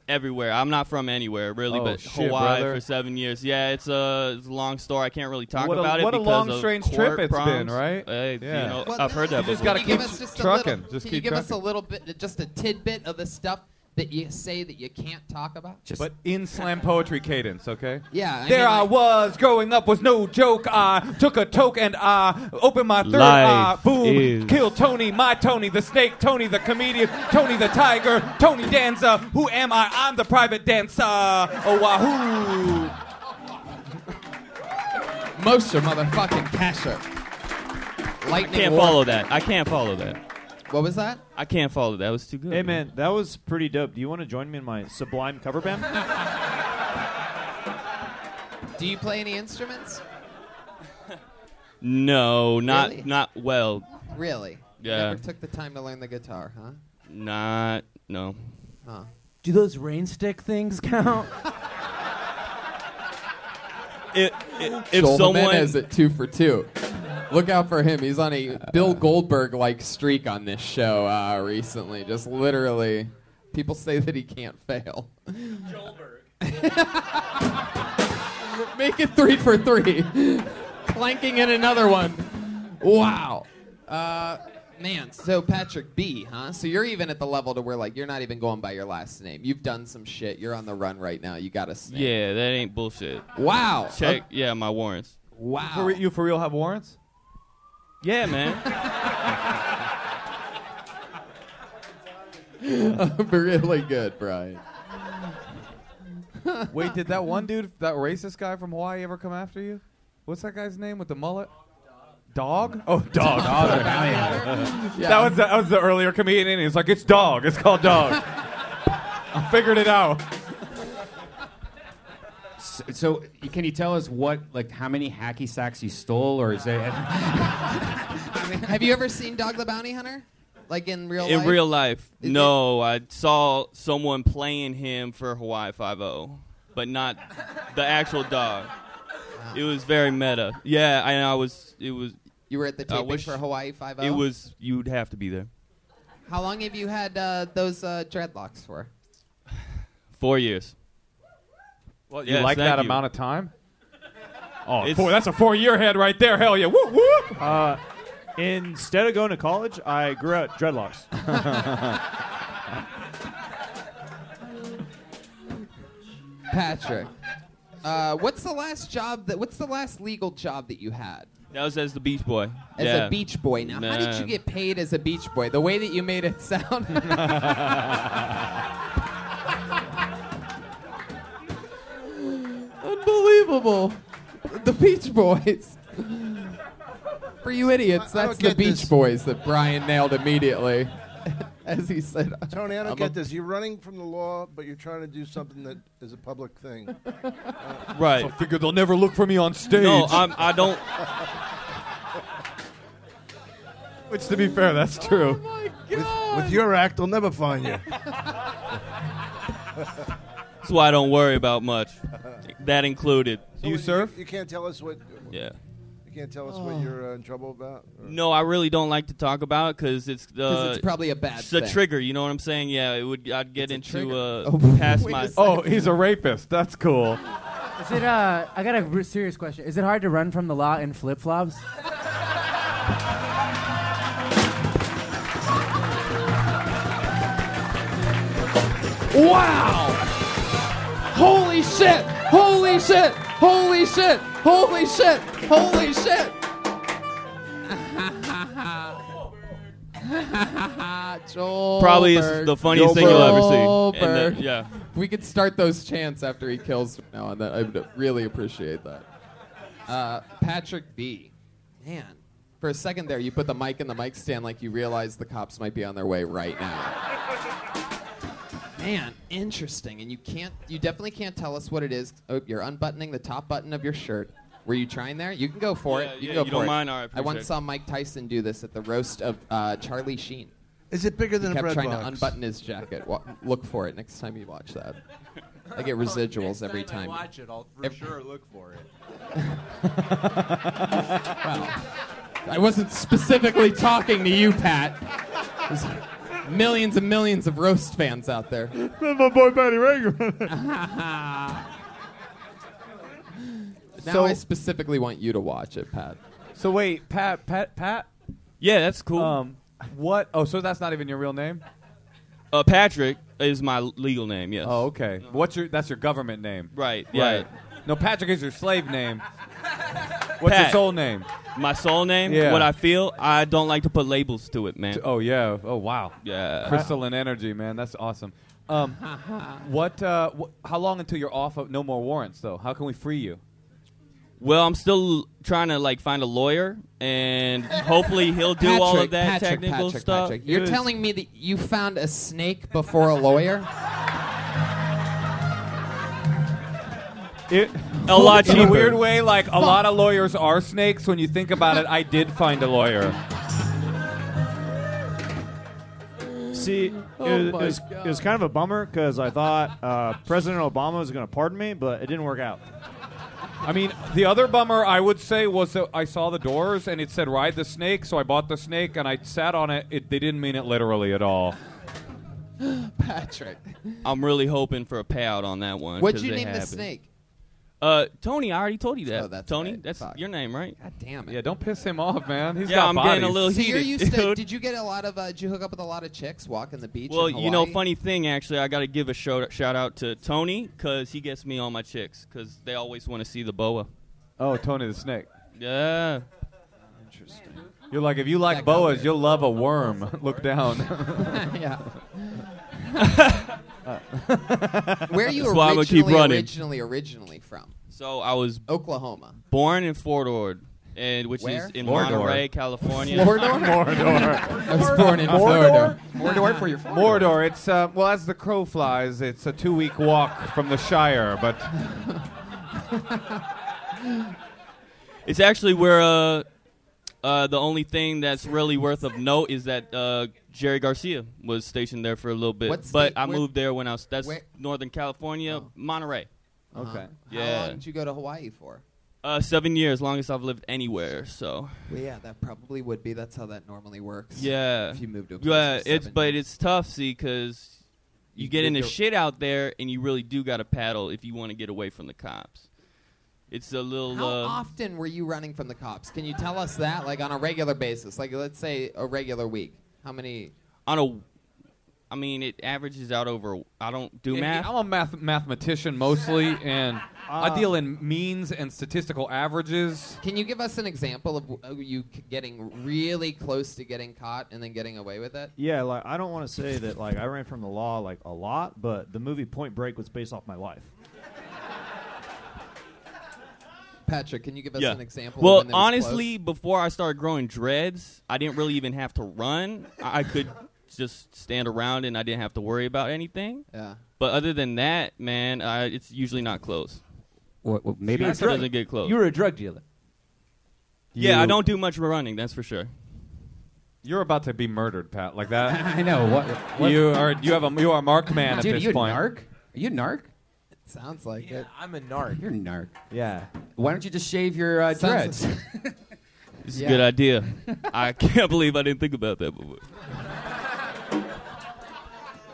Speaker 14: everywhere. I'm not from anywhere really,
Speaker 4: Oh,
Speaker 14: but
Speaker 4: shit,
Speaker 14: Hawaii
Speaker 4: brother.
Speaker 14: for seven years. Yeah, it's a, it's a long story. I can't really talk
Speaker 4: What a-
Speaker 14: about it.
Speaker 4: what a
Speaker 14: because
Speaker 4: long,
Speaker 14: of
Speaker 4: strange
Speaker 14: court
Speaker 4: trip it's been,
Speaker 14: problems.
Speaker 4: right?
Speaker 14: Uh, you
Speaker 4: Yeah.
Speaker 14: know,
Speaker 4: Well,
Speaker 14: I've heard that.
Speaker 4: you just
Speaker 14: before.
Speaker 4: gotta
Speaker 3: Can you give us just A
Speaker 4: trucking.
Speaker 3: little,
Speaker 4: Just
Speaker 3: can you
Speaker 4: keep
Speaker 3: give us a
Speaker 4: trucking.
Speaker 3: little bit, just a tidbit of the stuff that you say that you can't talk about?
Speaker 4: but in slam poetry cadence, okay?
Speaker 3: Yeah, I
Speaker 4: there
Speaker 3: mean,
Speaker 4: I
Speaker 3: like-
Speaker 4: was, growing up was no joke. I took a toke and I opened my third eye.
Speaker 14: Life
Speaker 4: Boom.
Speaker 14: is-
Speaker 4: Kill Tony, my Tony, the snake, Tony, the comedian, Tony the tiger, Tony Danza. Who am I? I'm the private dancer. Oahu.
Speaker 3: Mosher, motherfucking Casher.
Speaker 14: I
Speaker 3: Lightning
Speaker 14: can't
Speaker 3: Warp.
Speaker 14: follow that. I can't follow that.
Speaker 3: What was that?
Speaker 14: I can't follow that. It was too good.
Speaker 6: Hey man, that was pretty dope. Do you want to join me in my Sublime cover band?
Speaker 3: Do you play any instruments?
Speaker 14: No, not
Speaker 3: Really?
Speaker 14: not well.
Speaker 3: Really? You
Speaker 14: Yeah.
Speaker 3: Never took the time to learn the guitar, huh?
Speaker 14: Not no.
Speaker 3: Huh.
Speaker 16: Do those rain stick things count?
Speaker 14: if, if
Speaker 3: Joel
Speaker 14: someone
Speaker 3: Jimenez at two for two. Look out for him. He's on a Bill Goldberg like streak on this show uh, recently. Just literally, people say that he can't fail. Make it three for three. Clanking in another one. Wow. Uh, man, so Patrick B, huh? So you're even at the level to where, like, you're not even going by your last name. You've done some shit. You're on the run right now. You got a snake.
Speaker 14: Yeah, that ain't bullshit.
Speaker 3: Wow.
Speaker 14: Check. Yeah, my warrants.
Speaker 3: Wow.
Speaker 4: For, you for real have warrants?
Speaker 14: Yeah, man.
Speaker 3: really good, Brian.
Speaker 4: Wait, did that one dude, that racist guy from Hawaii, ever come after you? What's that guy's name with the mullet? Dog? Oh, dog.
Speaker 17: Dog.
Speaker 4: Oh, yeah.
Speaker 17: Yeah.
Speaker 4: That was the, that was the earlier comedian, and he's like, "It's dog. It's called dog." I figured it out.
Speaker 2: So, so can you tell us what, like, how many hacky sacks you stole, or is it?
Speaker 3: Have you ever seen Dog the Bounty Hunter? Like in real
Speaker 14: In
Speaker 3: life?
Speaker 14: real life, no. I saw someone playing him for Hawaii Five O, but not the actual dog. It was very meta. Yeah, and I was. It was.
Speaker 3: You were at the
Speaker 14: I
Speaker 3: taping for Hawaii Five-O?
Speaker 14: It was. You'd have to be there.
Speaker 3: How long have you had uh, those uh, dreadlocks for?
Speaker 14: Four years.
Speaker 4: Well, you
Speaker 14: yes,
Speaker 4: like
Speaker 14: thank
Speaker 4: that
Speaker 14: you.
Speaker 4: amount of time? Oh,
Speaker 6: It's-
Speaker 4: four, that's a four-year head right there. Hell yeah! Whoop whoop.
Speaker 6: Uh, instead of going to college, I grew out dreadlocks.
Speaker 3: Patrick. Uh, what's the last job that? What's the last legal job that you had?
Speaker 14: That was as the Beach Boy.
Speaker 3: As
Speaker 14: Yeah.
Speaker 3: a beach boy. Now, how did
Speaker 14: Man.
Speaker 3: you get paid as a beach boy? The way that you made it sound. Unbelievable. The Beach Boys. For you idiots,
Speaker 5: I- I
Speaker 3: that's
Speaker 5: don't
Speaker 3: the
Speaker 5: get
Speaker 3: Beach
Speaker 5: this.
Speaker 3: Boys that Brian nailed immediately. As he said.
Speaker 5: Tony, I don't
Speaker 3: I'm
Speaker 5: get
Speaker 3: a-
Speaker 5: this. You're running from the law, but you're trying to do something that is a public thing. Uh,
Speaker 14: Right.
Speaker 4: I figured they'll never look for me on stage.
Speaker 14: No, I'm, I don't.
Speaker 4: Which, to be fair, that's
Speaker 5: Oh
Speaker 4: true.
Speaker 5: with, with your act, they'll never find you.
Speaker 14: That's why I don't worry about much. That included.
Speaker 5: So what, You can't tell us what.
Speaker 14: Yeah.
Speaker 5: You can't tell us what you're uh, in trouble about.
Speaker 14: No, I really don't like to talk about it because it's uh,
Speaker 5: 'Cause it's probably a bad
Speaker 14: It's a
Speaker 5: thing.
Speaker 14: trigger. You know what I'm saying? Yeah, it would. I'd get into uh, past my.
Speaker 4: Oh, he's a rapist. That's cool.
Speaker 16: Is it? Uh, I got a r- serious question. Is it hard to run from the law in flip flops?
Speaker 3: Wow! Holy shit! Holy shit! Holy shit! Holy shit! Holy shit! Joel.
Speaker 14: Probably is the funniest thing you'll ever see. And then-
Speaker 3: Goldberg.
Speaker 14: yeah.
Speaker 3: We could start those chants after he kills from now on. That I would really appreciate that. Uh, Patrick B. Man, for a second there, you put the mic in the mic stand like you realized the cops might be on their way right now. Man, interesting. And you can't, you definitely can't tell us what it is. Oh, you're unbuttoning the top button of your shirt. Were you trying there? You can go for
Speaker 14: Yeah,
Speaker 3: it. You
Speaker 14: yeah,
Speaker 3: can go
Speaker 14: you
Speaker 3: for
Speaker 14: don't
Speaker 3: it.
Speaker 14: mind? All right,
Speaker 3: I
Speaker 14: appreciate it.
Speaker 3: once saw Mike Tyson do this at the roast of uh, Charlie Sheen.
Speaker 5: Is it bigger than
Speaker 3: he
Speaker 5: a
Speaker 3: kept
Speaker 5: bread
Speaker 3: trying
Speaker 5: box?
Speaker 3: to unbutton his jacket. Wa- look for it next time you watch that. I get residuals every
Speaker 8: Next time I
Speaker 3: time.
Speaker 8: watch it, I'll for sure look for it.
Speaker 3: well, I wasn't specifically talking to you, Pat. There's millions and millions of roast fans out there.
Speaker 17: That's my boy Patty Reagan.
Speaker 3: Now
Speaker 4: So-
Speaker 3: I specifically want you to watch it, Pat.
Speaker 4: So wait, Pat, Pat, Pat.
Speaker 14: Yeah, that's cool.
Speaker 4: Um, what? Oh, so that's not even your real name?
Speaker 14: Uh, Patrick is my legal name. Yes.
Speaker 4: Oh, okay. What's your? That's your government name.
Speaker 14: Right. Yeah.
Speaker 4: Right. No, Patrick is your slave name. What's your
Speaker 14: Pat.
Speaker 4: soul name?
Speaker 14: My soul name.
Speaker 4: Yeah.
Speaker 14: What I feel. I don't like to put labels to it, man.
Speaker 4: Oh yeah. Oh wow.
Speaker 14: Yeah.
Speaker 4: Crystalline energy, man. That's awesome. Um, what? Uh, wh- how long until you're off of no more warrants though? How can we free you?
Speaker 14: Well, I'm still trying to like find a lawyer, and hopefully he'll do all
Speaker 3: Patrick,
Speaker 14: of that
Speaker 3: Patrick,
Speaker 14: technical
Speaker 3: Patrick,
Speaker 14: stuff.
Speaker 3: Patrick. You're telling me that you found a snake before a lawyer?
Speaker 4: It,
Speaker 14: a lot
Speaker 4: In a
Speaker 14: cheaper.
Speaker 4: weird way, like a lot of lawyers are snakes. When you think about it, I did find a lawyer.
Speaker 6: See, it,
Speaker 17: Oh
Speaker 6: was-
Speaker 17: my
Speaker 6: it was, it was kind of a bummer because I thought uh, President Obama was going to pardon me, but it didn't work out.
Speaker 4: I mean, the other bummer I would say was that I saw the doors and it said ride the snake, so I bought the snake and I sat on it. it they didn't mean it literally at all.
Speaker 3: Patrick.
Speaker 14: I'm really hoping for a payout on that one.
Speaker 3: What'd
Speaker 14: 'cause
Speaker 3: you
Speaker 14: it
Speaker 3: name the
Speaker 14: happened.
Speaker 3: snake?
Speaker 14: Uh, Tony, I already told you that.
Speaker 3: Oh, that's
Speaker 14: Tony,
Speaker 3: right.
Speaker 14: that's
Speaker 3: Fuck.
Speaker 14: your name, right?
Speaker 3: God damn it.
Speaker 4: Yeah, don't piss him off, man. He's
Speaker 14: Yeah,
Speaker 4: got
Speaker 14: I'm
Speaker 4: bodies.
Speaker 14: getting a little
Speaker 3: So you're
Speaker 14: heated,
Speaker 3: used to.
Speaker 14: dude.
Speaker 3: Did you get a lot of? Uh, did you hook up with a lot of chicks walking the beach?
Speaker 14: Well,
Speaker 3: in
Speaker 14: you know,
Speaker 3: Hawaii?
Speaker 14: funny thing, actually, I got to give a shout, shout out to Tony because he gets me all my chicks because they always want to see the boa.
Speaker 4: Oh, Tony the snake.
Speaker 14: Yeah.
Speaker 4: Interesting. You're like, if you like
Speaker 14: That
Speaker 4: boas,
Speaker 14: comment.
Speaker 4: you'll love a worm. Look down.
Speaker 3: yeah.
Speaker 4: Uh.
Speaker 3: Where are you
Speaker 14: That's why I'm
Speaker 3: originally,
Speaker 14: gonna keep running.
Speaker 3: originally, originally from?
Speaker 14: So I was
Speaker 3: Oklahoma.
Speaker 14: born in Fort Ord, and which is
Speaker 3: Where?
Speaker 14: in
Speaker 3: Mordor.
Speaker 14: Monterey, California.
Speaker 3: Mordor? Mordor. I was born in Mordor? Florida. Mordor for your Florida.
Speaker 4: Mordor. It's uh, well, as the crow flies, it's a two-week walk from the Shire, but
Speaker 14: It's actually where uh, uh, the only thing that's really worth of note is that uh, Jerry Garcia was stationed there for a little bit.
Speaker 3: What
Speaker 14: but
Speaker 3: state-
Speaker 14: I
Speaker 3: where-
Speaker 14: moved there when I was. That's
Speaker 3: where- Oh.
Speaker 14: Northern California, Monterey.
Speaker 3: Uh-huh. How long
Speaker 14: Yeah.
Speaker 3: did you go to Hawaii for?
Speaker 14: Uh, seven years, longest I've lived anywhere. So.
Speaker 3: Well, yeah, that probably would be. That's how that normally works.
Speaker 14: Yeah.
Speaker 3: If you moved to a place
Speaker 14: yeah,
Speaker 3: for
Speaker 14: it's
Speaker 3: seven
Speaker 14: but it's tough, see, because you,
Speaker 3: You
Speaker 14: get
Speaker 3: did
Speaker 14: into
Speaker 3: go-
Speaker 14: shit out there, and you really do got to paddle if you want to get away from the cops. It's a little.
Speaker 3: How
Speaker 14: uh,
Speaker 3: often were you running from the cops? Can you tell us that, like on a regular basis? Like, let's say a regular week. How many?
Speaker 14: on a I mean it averages out over I don't do
Speaker 4: Yeah,
Speaker 14: math.
Speaker 4: I'm a math mathematician mostly, and
Speaker 3: Ah.
Speaker 4: I deal in means and statistical averages.
Speaker 3: Can you give us an example of w- uh, you c- getting really close to getting caught and then getting away with it?
Speaker 6: Yeah, like I don't want to say that like I ran from the law like a lot, but the movie Point Break was based off my life.
Speaker 3: Patrick, can you give us
Speaker 14: Yeah.
Speaker 3: an example?
Speaker 14: Well,
Speaker 3: of when that was
Speaker 14: honestly, before I started growing dreads, I didn't really even have to run. I I could just stand around and I didn't have to worry about anything.
Speaker 3: Yeah.
Speaker 14: But other than that, man, I, it's usually not close.
Speaker 2: What, what, maybe
Speaker 14: It doesn't get close.
Speaker 10: You were a drug dealer.
Speaker 14: yeah, I
Speaker 4: You-
Speaker 14: don't do much running. That's for sure.
Speaker 4: You're about to be murdered, Pat. Like that.
Speaker 2: I know, what- what-
Speaker 4: you are. You have a. You are a mark man
Speaker 2: Dude,
Speaker 4: at this
Speaker 2: you a
Speaker 4: point.
Speaker 2: narc? Are you a narc?
Speaker 3: close? sounds like it.
Speaker 18: I'm a narc.
Speaker 2: You're a narc.
Speaker 10: Yeah.
Speaker 2: Why don't you just shave your uh,
Speaker 3: Sounds-
Speaker 2: dreads?
Speaker 14: It's a good idea. I can't believe I didn't think about that before.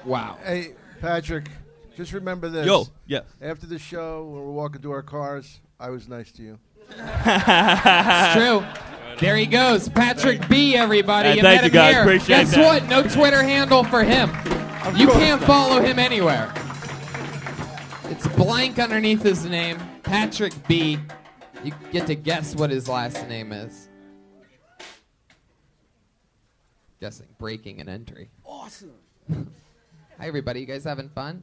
Speaker 3: Wow.
Speaker 5: Hey, Patrick, just remember this.
Speaker 14: Yo, yeah.
Speaker 5: After the show, when we're walking to our cars, I was nice to you.
Speaker 3: It's true. There he goes, Patrick B. Everybody,
Speaker 14: Yeah,
Speaker 3: you
Speaker 14: Uh,
Speaker 3: met
Speaker 14: thank you
Speaker 3: him
Speaker 14: guys.
Speaker 3: here.
Speaker 14: Appreciate
Speaker 3: Guess
Speaker 14: that.
Speaker 3: what? No Twitter handle for him. You can't follow him anywhere. It's blank underneath his name, Patrick B. You get to guess what his last name is. Guessing, breaking an entry.
Speaker 19: Awesome.
Speaker 3: Hi, everybody. You guys having fun?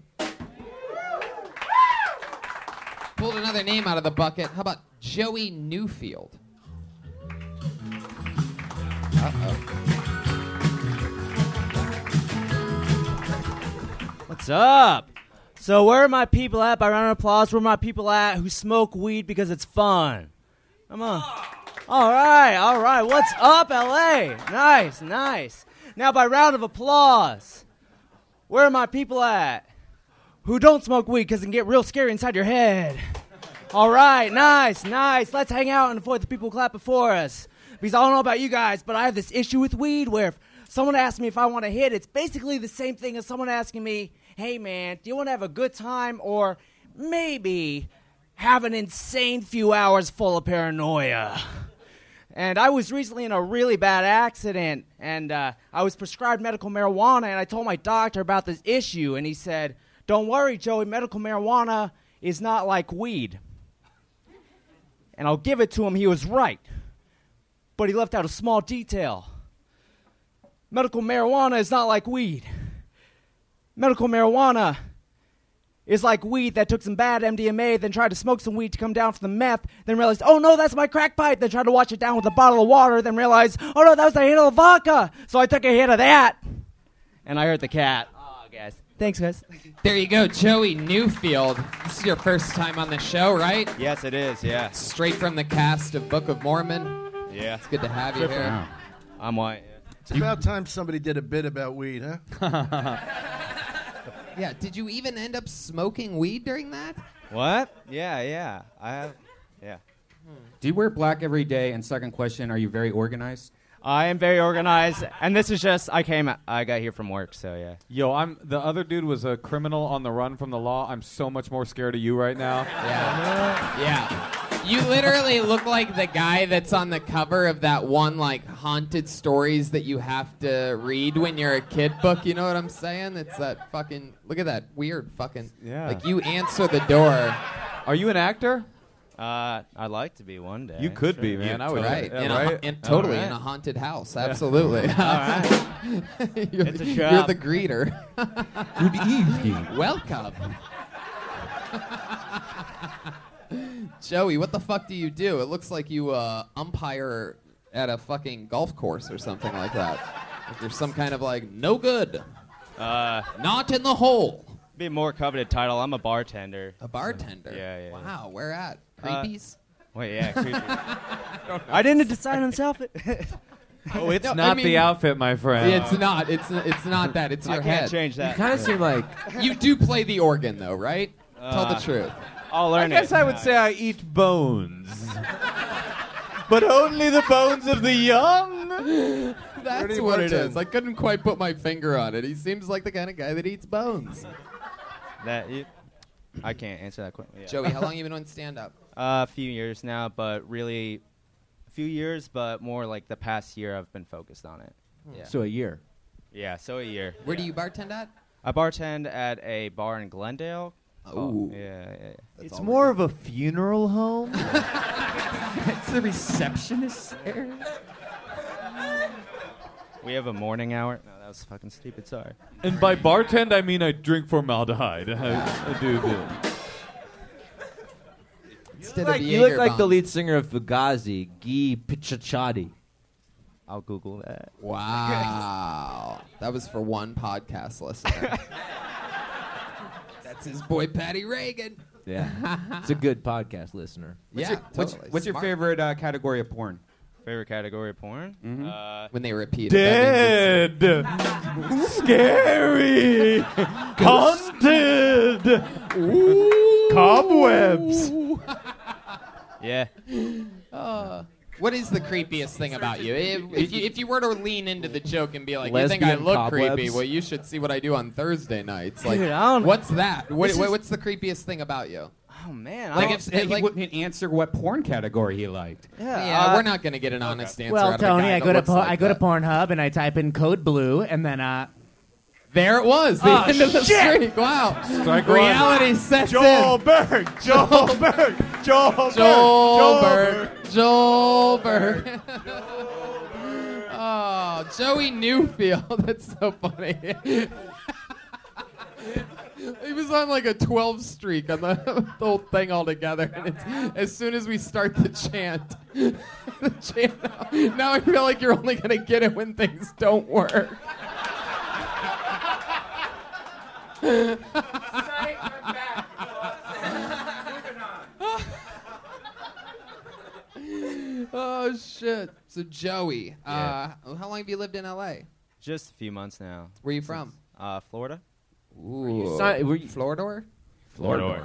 Speaker 3: Pulled another name out of the bucket. How about Joey Newfield?
Speaker 20: What's up? So where are my people at? By round of applause, where are my people at who smoke weed because it's fun? Come on. All right, all right. What's up, LA? Nice, nice. Now by round of applause, where are my people at who don't smoke weed because it can get real scary inside your head? All right, nice, nice. Let's hang out and avoid the people who clap before us. Because I don't know about you guys, but I have this issue with weed where if someone asks me if I want to hit, it's basically the same thing as someone asking me, hey man, do you want to have a good time or maybe have an insane few hours full of paranoia? And I was recently in a really bad accident, and uh, I was prescribed medical marijuana, and I told my doctor about this issue, and he said, Don't worry, Joey, medical marijuana is not like weed. And I'll give it to him, he was right. But he left out a small detail medical marijuana is not like weed. Medical marijuana is like weed that took some bad MDMA, then tried to smoke some weed to come down from the meth, then realized, oh no, that's my crack pipe, then tried to wash it down with a bottle of water, then realized, oh no, that was a hit of vodka. So I took a hit of that, and I hurt the cat. Oh, guys. Thanks, guys.
Speaker 3: There you go, Joey Newfield. This is your first time on the show, right?
Speaker 18: Yes, it is. Yeah.
Speaker 3: Straight from the cast of Book of Mormon.
Speaker 18: Yeah.
Speaker 3: It's good to have you
Speaker 18: Good for
Speaker 3: here.
Speaker 18: now. I'm white.
Speaker 5: It's about time somebody did a bit about weed, huh?
Speaker 3: Yeah. Did you even end up smoking weed during that?
Speaker 18: What? Yeah, yeah. I have. Yeah.
Speaker 2: Do you wear black every day? And second question, are you very organized?
Speaker 18: I am very organized, and this is just I came I got here from work, so yeah.
Speaker 4: Yo, I'm the other dude was a criminal on the run from the law. I'm so much more scared of you right now.
Speaker 3: Yeah. Yeah. You literally look like the guy that's on the cover of that one like haunted stories that you have to read when you're a kid book. You know what I'm saying? It's that fucking look at that weird fucking
Speaker 18: Yeah.
Speaker 3: like you answer the door.
Speaker 4: Are you an actor?
Speaker 18: Uh, I'd like to be one day.
Speaker 4: You could be,
Speaker 18: Sure.
Speaker 4: man. I would-
Speaker 3: right.
Speaker 4: yeah,
Speaker 3: in
Speaker 4: right?
Speaker 3: A, in, totally
Speaker 4: Alright.
Speaker 3: in a haunted house. Absolutely.
Speaker 4: All right.
Speaker 3: you're,
Speaker 4: It's a
Speaker 3: you're
Speaker 4: shop.
Speaker 3: the greeter.
Speaker 4: Good evening.
Speaker 3: Welcome. Joey, what the fuck do you do? It looks like you uh, umpire at a fucking golf course or something like that. Like you're some kind of like no good.
Speaker 18: Uh,
Speaker 3: not in the hole.
Speaker 18: Be more coveted title. I'm a bartender.
Speaker 3: A bartender.
Speaker 18: yeah, yeah.
Speaker 3: Wow, where at?
Speaker 18: Uh,
Speaker 3: Creepies.
Speaker 18: Wait, yeah,
Speaker 20: Don't
Speaker 18: creepy.
Speaker 20: know. I didn't decide on self.
Speaker 4: Oh, it's
Speaker 3: No, I
Speaker 4: not
Speaker 3: mean-
Speaker 4: the outfit, my friend.
Speaker 3: Yeah, it's not. It's it's not that. It's
Speaker 18: I
Speaker 3: your
Speaker 18: can't
Speaker 3: head.
Speaker 18: change that.
Speaker 3: You kind of seem like you do play the organ though, right? Tell the
Speaker 18: Uh,
Speaker 3: truth.
Speaker 18: I'll learn
Speaker 3: I guess
Speaker 18: it.
Speaker 3: I would
Speaker 18: Yeah.
Speaker 3: say
Speaker 7: I eat bones. but only the bones of the young.
Speaker 3: That's what it is. I couldn't quite put my finger on it. He seems like the kind of guy that eats bones.
Speaker 18: That you, I can't answer that question. Yeah.
Speaker 3: Joey, how long you been on stand up?
Speaker 18: Uh, a few years now, but really, a few years, but more like the past year I've been focused on it. Yeah.
Speaker 21: So a year.
Speaker 18: yeah, so a year.
Speaker 3: Hmm. Where do
Speaker 18: Yeah.
Speaker 3: you bartend at?
Speaker 18: I bartend at a bar in Glendale.
Speaker 3: Ooh.
Speaker 18: called- yeah, yeah, yeah.
Speaker 21: It's more of a funeral home.
Speaker 2: it's the receptionist there.
Speaker 18: We have a morning hour. No, that was fucking stupid. Sorry.
Speaker 7: And by bartend, I mean I drink formaldehyde. I, I do. do.
Speaker 3: Instead
Speaker 10: like,
Speaker 3: of
Speaker 10: you look
Speaker 3: Jaeger
Speaker 10: like the
Speaker 3: bombs.
Speaker 10: lead singer of Fugazi, Guy Pichachati.
Speaker 18: I'll Google that.
Speaker 3: Wow. that was for one podcast listener. That's his boy Patty Reagan.
Speaker 10: Yeah, it's a good podcast listener.
Speaker 2: What's your, what's, what's your favorite uh, category of porn? Mm-hmm.
Speaker 18: Favorite category of porn? Uh,
Speaker 3: when they repeat
Speaker 7: Dead. Scary. Haunted. Cobwebs.
Speaker 18: Yeah.
Speaker 3: Uh, what is the creepiest thing about you? If, if you? if you were to lean into the joke and be like, you think I
Speaker 10: Lesbian
Speaker 3: look
Speaker 10: cobwebs.
Speaker 3: creepy, well, you should see what I do on Thursday nights. Like,
Speaker 10: Dude, I don't-
Speaker 3: what's that? What,
Speaker 10: This
Speaker 3: what-
Speaker 10: is-
Speaker 3: what's the creepiest thing about you?
Speaker 18: Oh man,
Speaker 3: Like
Speaker 2: Like
Speaker 3: if-
Speaker 2: if, he
Speaker 3: like-
Speaker 2: wouldn't answer what porn category he liked.
Speaker 3: Yeah,
Speaker 16: uh,
Speaker 3: we're not going to get an honest answer out
Speaker 16: well,
Speaker 3: of a
Speaker 16: Tony,
Speaker 3: guy
Speaker 16: I
Speaker 3: that
Speaker 16: go to
Speaker 3: looks
Speaker 16: por-
Speaker 3: like
Speaker 16: I go
Speaker 3: that.
Speaker 16: to Pornhub and I type in code blue, and then uh,
Speaker 3: there it was. The
Speaker 16: Oh,
Speaker 3: end of the
Speaker 16: shit!
Speaker 3: streak. Wow.
Speaker 16: Strike one.
Speaker 3: Reality sets
Speaker 16: Joel
Speaker 3: in.
Speaker 7: Berg. Joel Berg. Joel Berg.
Speaker 3: Joel Berg. Joel Berg. Oh, Joey Newfield. That's so funny. he was on like a 12 streak on the, the whole thing all together. And it's, as soon as we start the chant, the chant, now I feel like you're only going to get it when things don't work. oh shit! So Joey,
Speaker 18: Yeah.
Speaker 3: uh, how long have you lived in LA?
Speaker 18: Just a few months now.
Speaker 3: Where you from?
Speaker 18: Uh, Florida.
Speaker 3: Ooh,
Speaker 10: si- were you-
Speaker 3: Floridor?
Speaker 10: Floridor.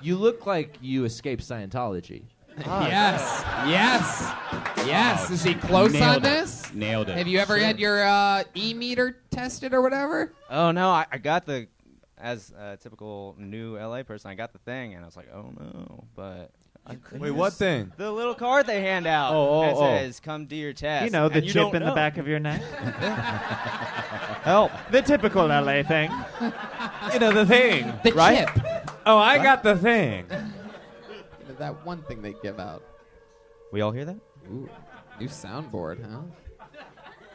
Speaker 10: You look like you escaped Scientology.
Speaker 3: Yes, yes, yes. Is he close
Speaker 10: Oh, Nailed
Speaker 3: on
Speaker 10: it.
Speaker 3: this?
Speaker 10: Nailed it.
Speaker 3: Have you ever
Speaker 10: Sure.
Speaker 3: had your uh, e meter tested or whatever?
Speaker 18: Oh no, I, I got the as a typical new LA person, I got the thing, and I was like, oh no, but. I couldn't-
Speaker 4: Wait, what thing?
Speaker 18: The little card they hand out.
Speaker 4: Oh, oh,
Speaker 18: that
Speaker 4: oh.
Speaker 18: says, "Come do your test."
Speaker 6: You know, the
Speaker 18: and
Speaker 6: chip
Speaker 18: don't
Speaker 6: in the
Speaker 18: know.
Speaker 6: back of your neck.
Speaker 18: Help.
Speaker 7: The typical LA thing. You know, the thing.
Speaker 3: The
Speaker 7: right?
Speaker 3: chip.
Speaker 7: Oh, I got the thing.
Speaker 3: That one thing they give out.
Speaker 18: We all hear that?
Speaker 3: Ooh, new soundboard, huh?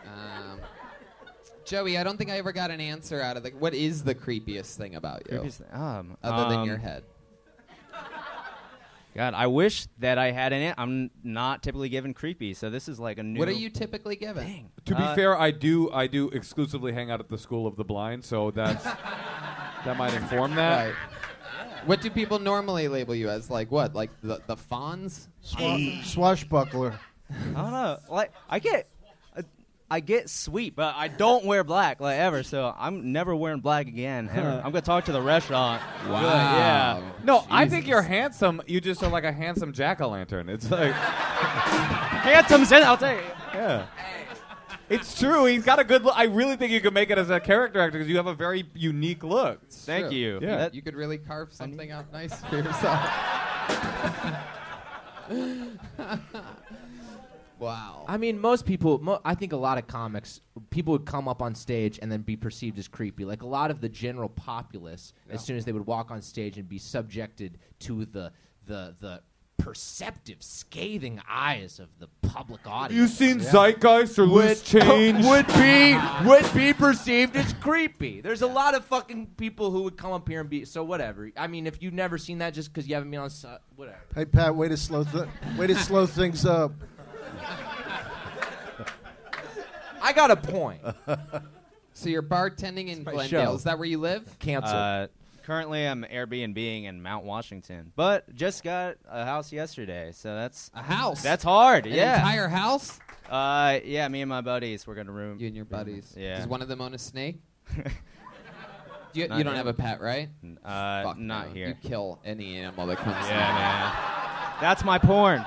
Speaker 3: Um, Joey, I don't think I ever got an answer out of the. What is the creepiest thing about you?
Speaker 18: Creepiest thing- um,
Speaker 3: other than
Speaker 18: um,
Speaker 3: your head.
Speaker 18: God, I wish that I had an. I'm not typically given creepy, so this is like a new.
Speaker 3: What are you typically given?
Speaker 4: To be
Speaker 18: Uh,
Speaker 4: fair, I do I do exclusively hang out at the school of the blind, so that's that might inform that.
Speaker 3: Right. What do people normally label you as? Like what? Like the the Fonz?
Speaker 5: E. Swa- swashbuckler.
Speaker 18: I don't know. Like I get. I, I get sweet, but I don't wear black like ever. So I'm never wearing black again. Ever.
Speaker 4: Huh.
Speaker 18: I'm gonna talk to the restaurant. Be like, yeah.
Speaker 4: No, I think you're handsome. You just are like a handsome jack o' lantern. It's like
Speaker 18: handsome's in. I'll tell you.
Speaker 4: Yeah. It's true. He's got a good look. I really think you could make it as a character actor because you have a very unique look.
Speaker 18: Thank
Speaker 4: Sure.
Speaker 18: you.
Speaker 4: Yeah.
Speaker 18: That-
Speaker 3: you could really carve something out nice for yourself. wow.
Speaker 10: I mean, most people. Mo- I think a lot of comics, people would come up on stage and then be perceived as creepy. Like a lot of the general populace, as soon as they would walk on stage and be subjected to the the the perceptive, scathing eyes of the public audience.
Speaker 7: you seen Zeitgeist or Loose Change?
Speaker 10: would be would be perceived as creepy. There's a lot of fucking people who would come up here and be so whatever. I mean, if you've never seen that, just because you haven't been on su- whatever.
Speaker 5: Hey Pat, way to slow th- way to slow things up.
Speaker 10: I got a point.
Speaker 3: so you're bartending in
Speaker 18: my
Speaker 3: Glendale.
Speaker 18: show.
Speaker 3: Is that where you live?
Speaker 18: Uh, currently, I'm Airbnb in Mount Washington, but just got a house yesterday. So that's a
Speaker 3: house.
Speaker 18: That's hard.
Speaker 3: An
Speaker 18: yeah.
Speaker 3: entire house.
Speaker 18: Uh, yeah. Me and my buddies, we're gonna room. You
Speaker 3: and your buddies.
Speaker 18: Yeah.
Speaker 3: Does one of them own a snake? you,
Speaker 18: Not
Speaker 3: you don't
Speaker 18: yet.
Speaker 3: have a pet, right?
Speaker 18: Uh,
Speaker 3: Fuck
Speaker 18: not
Speaker 3: no.
Speaker 18: here.
Speaker 3: You kill any animal that comes.
Speaker 18: Yeah, man. That's my porn.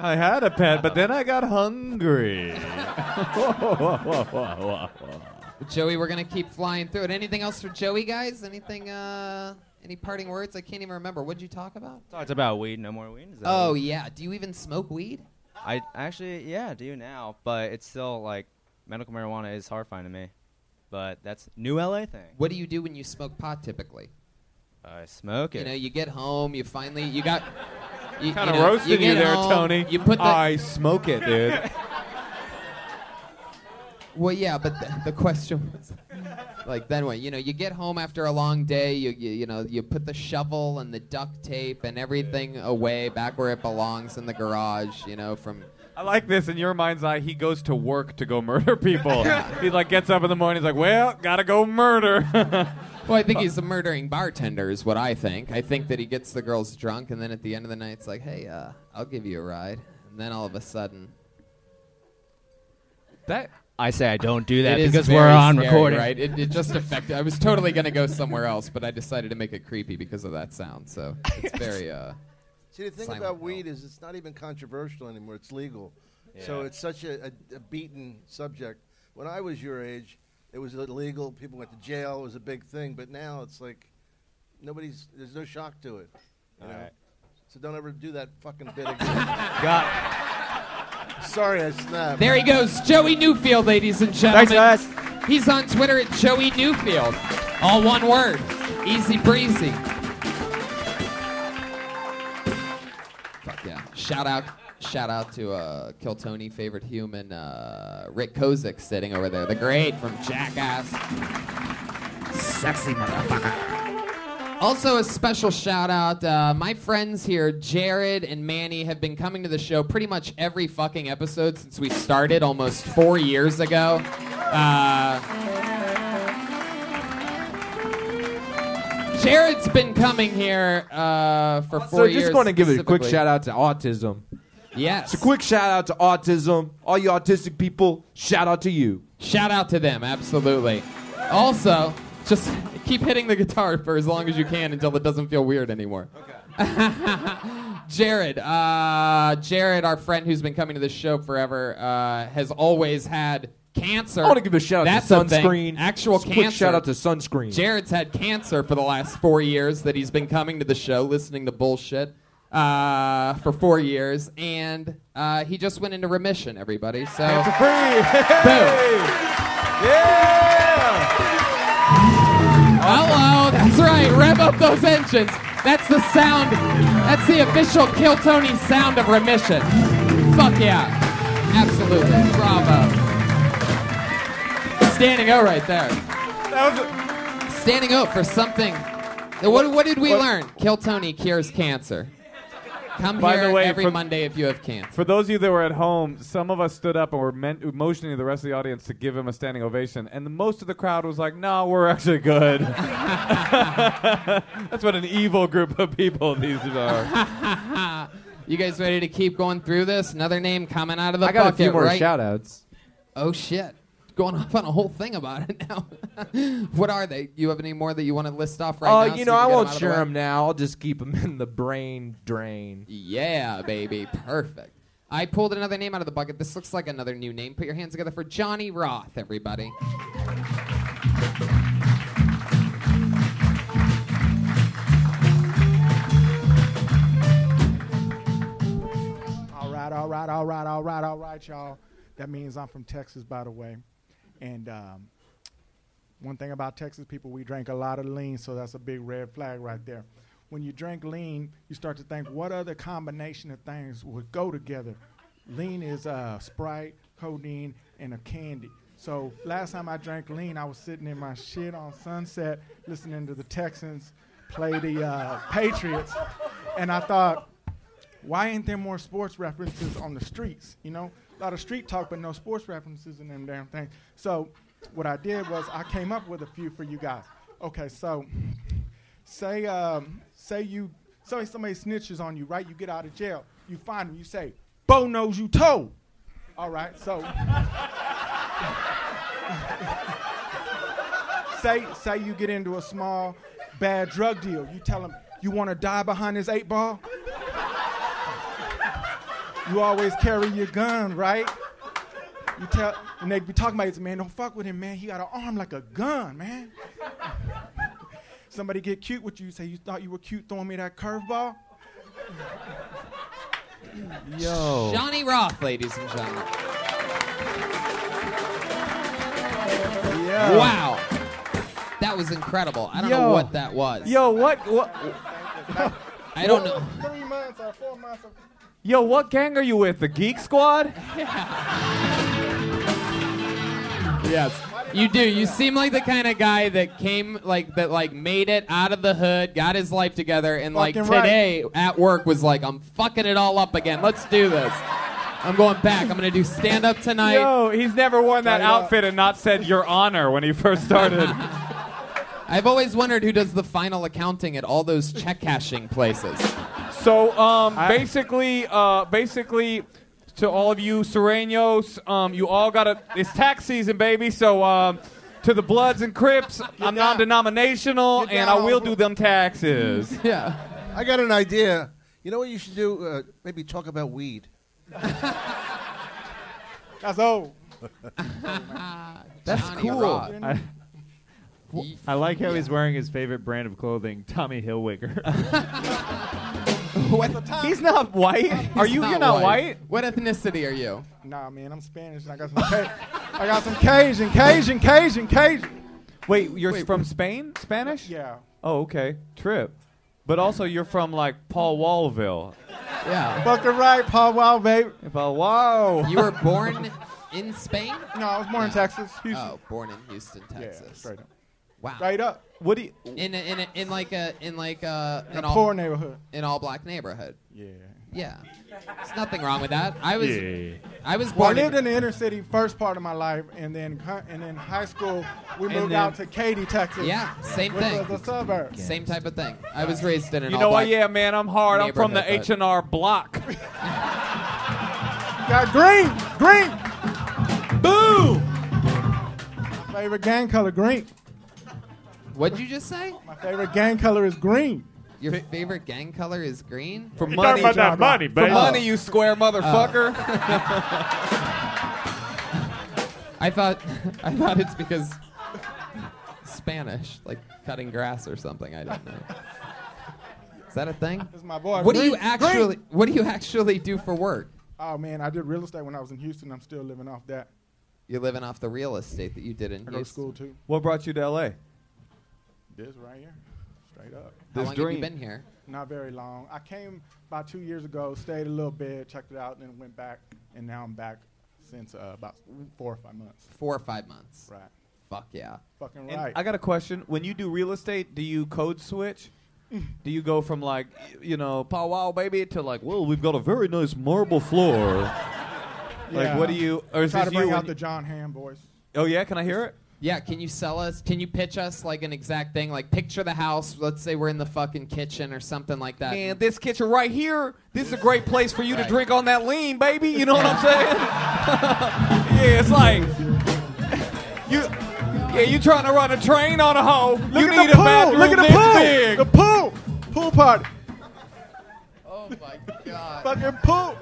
Speaker 4: I had a pet, but then I got hungry.
Speaker 3: Joey, we're gonna keep flying through it. Anything else for Joey, guys? Anything? Uh, any parting words? I can't even remember. What'd you talk about?
Speaker 18: Talked about weed. No more weed. Is that
Speaker 3: Oh
Speaker 18: it?
Speaker 3: yeah. Do you even smoke weed?
Speaker 18: I actually, yeah, I do now, but it's still like medical marijuana is hard finding me. But that's new LA thing.
Speaker 3: What do you do when you smoke pot typically?
Speaker 18: I smoke it.
Speaker 3: You know, you get home, you finally you got. You, you
Speaker 4: Kinda
Speaker 3: know,
Speaker 4: roasted you
Speaker 3: get
Speaker 4: there,
Speaker 3: home,
Speaker 4: Tony.
Speaker 3: You put the,
Speaker 4: I smoke it, dude.
Speaker 3: Well, yeah, but the, the question was, like, then what? You know, you get home after a long day. You, you you know, you put the shovel and the duct tape and everything away back where it belongs in the garage. You know, from
Speaker 4: I like this in your mind's eye. He goes to work to go murder people. he like gets up in the morning. He's like, "Well, gotta go murder."
Speaker 3: well, I think he's a murdering bartender, is what I think. I think that he gets the girls drunk, and then at the end of the night, it's like, hey, uh, I'll give you a ride. And then all of a sudden,
Speaker 4: that
Speaker 18: I say I don't do
Speaker 3: It is very scary, Right? It, it just affected. I was totally gonna go somewhere else, but I decided to make it creepy because of that sound. So it's very. Uh,
Speaker 5: See, the thing
Speaker 3: Silent
Speaker 5: about weed is it's not even controversial anymore. It's legal. So it's such a, a, a beaten subject. When I was your age, it was illegal. People went to jail. It was a big thing. But now it's like nobody's, there's no shock to it. You know?
Speaker 18: Alright.
Speaker 5: So don't ever do that fucking bit again.
Speaker 18: Got
Speaker 5: Sorry, I snapped.
Speaker 3: There he goes, Joey Newfield, ladies and gentlemen. Thanks, guys. He's on Twitter at Joey Newfield. All one word. Easy breezy. Fuck yeah. Shout out shout out to uh, Kill Tony, favorite human, uh, Rick Kozik sitting over there. The great from Jackass. Sexy motherfucker. Also, a special shout out. Uh, my friends here, Jared and Manny, have been coming to the show pretty much every fucking episode since we started almost four years ago. Uh, Jared's been coming here uh, for four
Speaker 10: So
Speaker 3: years.
Speaker 10: just want to give a quick
Speaker 3: specifically.
Speaker 10: shout out to autism.
Speaker 3: Yes.
Speaker 10: So quick shout out to autism. All you autistic people, shout out to you.
Speaker 3: Shout out to them, absolutely. Also, just keep hitting the guitar for as long as you can until it doesn't feel weird anymore. Jared, uh, Jared, our friend who's been coming to this show forever, uh, has always had cancer.
Speaker 10: I want to give a shout out
Speaker 3: That's
Speaker 10: to
Speaker 3: a thing.
Speaker 10: sunscreen.
Speaker 3: Actual
Speaker 10: Just
Speaker 3: cancer.
Speaker 10: Quick shout out to sunscreen.
Speaker 3: Jared's had cancer for the last four years that he's been coming to the show, listening to bullshit uh, for four years, and uh, he just went into remission. Everybody, so
Speaker 8: Cancer
Speaker 3: Boom. Hello, that's right. Rev up those engines. That's the sound. That's the official Kill Tony sound of remission. Fuck yeah, absolutely. Bravo. Standing O right there. Standing O for something. What, what did we
Speaker 4: What-
Speaker 3: learn? Kill Tony cures cancer. Come
Speaker 4: By
Speaker 3: here
Speaker 4: the way,
Speaker 3: every
Speaker 4: for-
Speaker 3: Monday if you have cancer.
Speaker 4: For those of you that were at home, some of us stood up and were meant, motioning to the rest of the audience to give him a standing ovation, and the, most of the crowd was like, "No, we're actually good." That's what an evil group of people these are.
Speaker 3: you guys ready to keep going through this? Another name coming out of the
Speaker 10: I got a few
Speaker 3: bucket
Speaker 10: more
Speaker 3: right
Speaker 10: shout outs.
Speaker 3: Oh shit. Going off on a whole thing about it now. what are they? You have any more that you want to list off right
Speaker 10: oh,
Speaker 3: now?
Speaker 10: you
Speaker 3: so
Speaker 10: know, I
Speaker 3: we can get 'em
Speaker 10: won't
Speaker 3: out of the
Speaker 10: share
Speaker 3: way?
Speaker 10: them now. I'll just keep them in the brain drain.
Speaker 3: Yeah, baby. Perfect. I pulled another name out of the bucket. This looks like another new name. Put your hands together for Johnny Roth, everybody.
Speaker 22: All right, all right, all right, all right, all right, y'all. That means I'm from Texas, by the way. And um, one thing about Texas people, we drink a lot of lean, so that's a big red flag right there. When you drink lean, you start to think, what other combination of things would go together? Lean is uh, Sprite, codeine, and a candy. So last time I drank lean, I was sitting in my shit on Sunset, listening to the Texans play the uh, Patriots, and I thought, why ain't there more sports references on the streets? You know, a lot of street talk, but no sports references in them damn things. So, what I did was I came up with a few for you guys. Okay, so say um, say you say somebody snitches on you, right? You get out of jail, you find them, you say, "Bo knows you told." All right, so say say you get into a small bad drug deal, you tell them you want to die behind this eight ball. You always carry your gun, right? You tell, and they be talking about it, man, don't fuck with him, man. He got an arm like a gun, man. Somebody get cute with you, say you thought you were cute throwing me that curveball.
Speaker 10: Yo.
Speaker 3: Johnny Roth, ladies and gentlemen. Wow. That was incredible. I don't know
Speaker 22: Yo.
Speaker 3: what that was.
Speaker 22: Yo,
Speaker 4: what? what?
Speaker 3: I don't know.
Speaker 22: Three months or four months. Or
Speaker 4: Yo, what gang are you with? The Geek Squad?
Speaker 3: Yes. You do. You seem like the kind of guy that came, like, that, like, made it out of the hood, got his life together, and, like,
Speaker 8: Fucking right.
Speaker 3: today at work was like, I'm fucking it all up again. Let's do this. I'm going back. I'm going to do stand up tonight.
Speaker 4: Yo, he's never worn that outfit and not said your honor when he first started.
Speaker 3: I've always wondered who does the final accounting at all those check cashing places.
Speaker 4: so, um, basically, uh, basically, to all of you Serenos, um, you all gotta. It's tax season, baby. So, um, to the Bloods and Crips, I'm non-denominational, and I will do them taxes.
Speaker 3: Yeah.
Speaker 5: I got an idea. You know what you should do? Uh, maybe talk about weed.
Speaker 22: That's old.
Speaker 2: Oh,
Speaker 4: That's
Speaker 5: Johnny
Speaker 4: cool.
Speaker 5: Roth.
Speaker 6: I, I like how he's wearing his favorite brand of clothing, Tommy Hilfiger.
Speaker 4: He's not white.
Speaker 6: Are you- you're not
Speaker 3: What ethnicity are you?
Speaker 22: Nah, man, I'm Spanish. I got some. Ca- I got some Cajun, Cajun, Cajun, Cajun.
Speaker 4: Wait, you're
Speaker 22: Wait,
Speaker 4: from
Speaker 22: wh-
Speaker 4: Spain? Spanish?
Speaker 22: Yeah.
Speaker 4: Oh, okay. Trip. But also, you're from like Paul Wallville.
Speaker 3: Yeah.
Speaker 22: Fucking right, Paul Wow, babe.
Speaker 4: Paul Wow.
Speaker 3: You were born in Spain?
Speaker 22: No, I was born in Texas, Houston.
Speaker 3: Oh, born in Houston, Texas. straight
Speaker 22: up.
Speaker 3: Wow.
Speaker 22: Straight up.
Speaker 4: What do you?
Speaker 3: In a, in a, in like a in like a
Speaker 22: In a poor neighborhood.
Speaker 3: In all black neighborhood.
Speaker 22: Yeah.
Speaker 3: Yeah. There's nothing wrong with that. I was
Speaker 22: Yeah.
Speaker 3: I was
Speaker 22: Well, I
Speaker 3: born
Speaker 22: lived in the inner city first part of my life, and then co- and then high school we
Speaker 3: And
Speaker 22: moved
Speaker 3: then-
Speaker 22: out to Katy, Texas.
Speaker 3: Yeah, same
Speaker 22: which
Speaker 3: thing.
Speaker 22: Was a suburb.
Speaker 3: Same type of thing. I was raised in an
Speaker 4: You
Speaker 3: all
Speaker 4: know what?
Speaker 3: black
Speaker 4: Yeah, man, I'm hard. I'm from the H
Speaker 3: neighborhood,
Speaker 4: and R Block.
Speaker 22: Got green, green.
Speaker 4: Boo.
Speaker 22: Favorite gang color green.
Speaker 3: What'd you just say?
Speaker 22: My favorite gang color is green.
Speaker 3: Your favorite gang color is green?
Speaker 4: For You talking money, about that John Roth. money, For baby. money, you square motherfucker.
Speaker 3: Uh. I thought I thought it's because Spanish, like cutting grass or something. I don't know. Is that a thing?
Speaker 22: This is my boy.
Speaker 3: What do
Speaker 22: Green,
Speaker 3: you actually
Speaker 22: green.
Speaker 3: What do you actually do for work?
Speaker 22: Oh man, I did real estate when I was in Houston. I'm still living off that.
Speaker 3: You're living off the real estate that you did in
Speaker 22: I go to
Speaker 3: Houston.
Speaker 22: school too.
Speaker 4: What brought you to L.A.?
Speaker 22: This right here, straight up.
Speaker 3: How long have you been here?
Speaker 22: Not very long. I came about two years ago, stayed a little bit, checked it out, and then went back. And now I'm back since uh, about four or five months.
Speaker 3: Four or five months.
Speaker 22: Right.
Speaker 3: Fuck yeah.
Speaker 22: Fucking
Speaker 4: And
Speaker 22: right.
Speaker 4: I got a question. When you do real estate, do you code switch?
Speaker 23: Mm.
Speaker 4: Do you go from like, y- you know, pow wow baby to like, well, we've got a very nice marble floor. Like, what do you? Or is
Speaker 22: Try
Speaker 4: this
Speaker 22: to bring
Speaker 4: you?
Speaker 22: out
Speaker 4: when
Speaker 22: the
Speaker 4: you-
Speaker 22: John Hamm voice?
Speaker 4: oh yeah, can I hear it?
Speaker 3: Yeah, can you sell us? Can you pitch us like an exact thing? Like picture the house. Let's say we're in the fucking kitchen or something like that.
Speaker 4: Man, this kitchen right here, this is a great place for you to
Speaker 3: Right.
Speaker 4: drink on that lean, baby. You know what I'm saying? yeah, it's like you. Yeah, you trying to run a train on a hoe?
Speaker 23: Look
Speaker 4: you
Speaker 23: at the
Speaker 4: need
Speaker 23: pool.
Speaker 4: a bathroom
Speaker 23: Look at the
Speaker 4: this
Speaker 23: pool.
Speaker 4: big.
Speaker 23: The
Speaker 4: pool, pool party.
Speaker 3: Oh
Speaker 23: Fucking poop.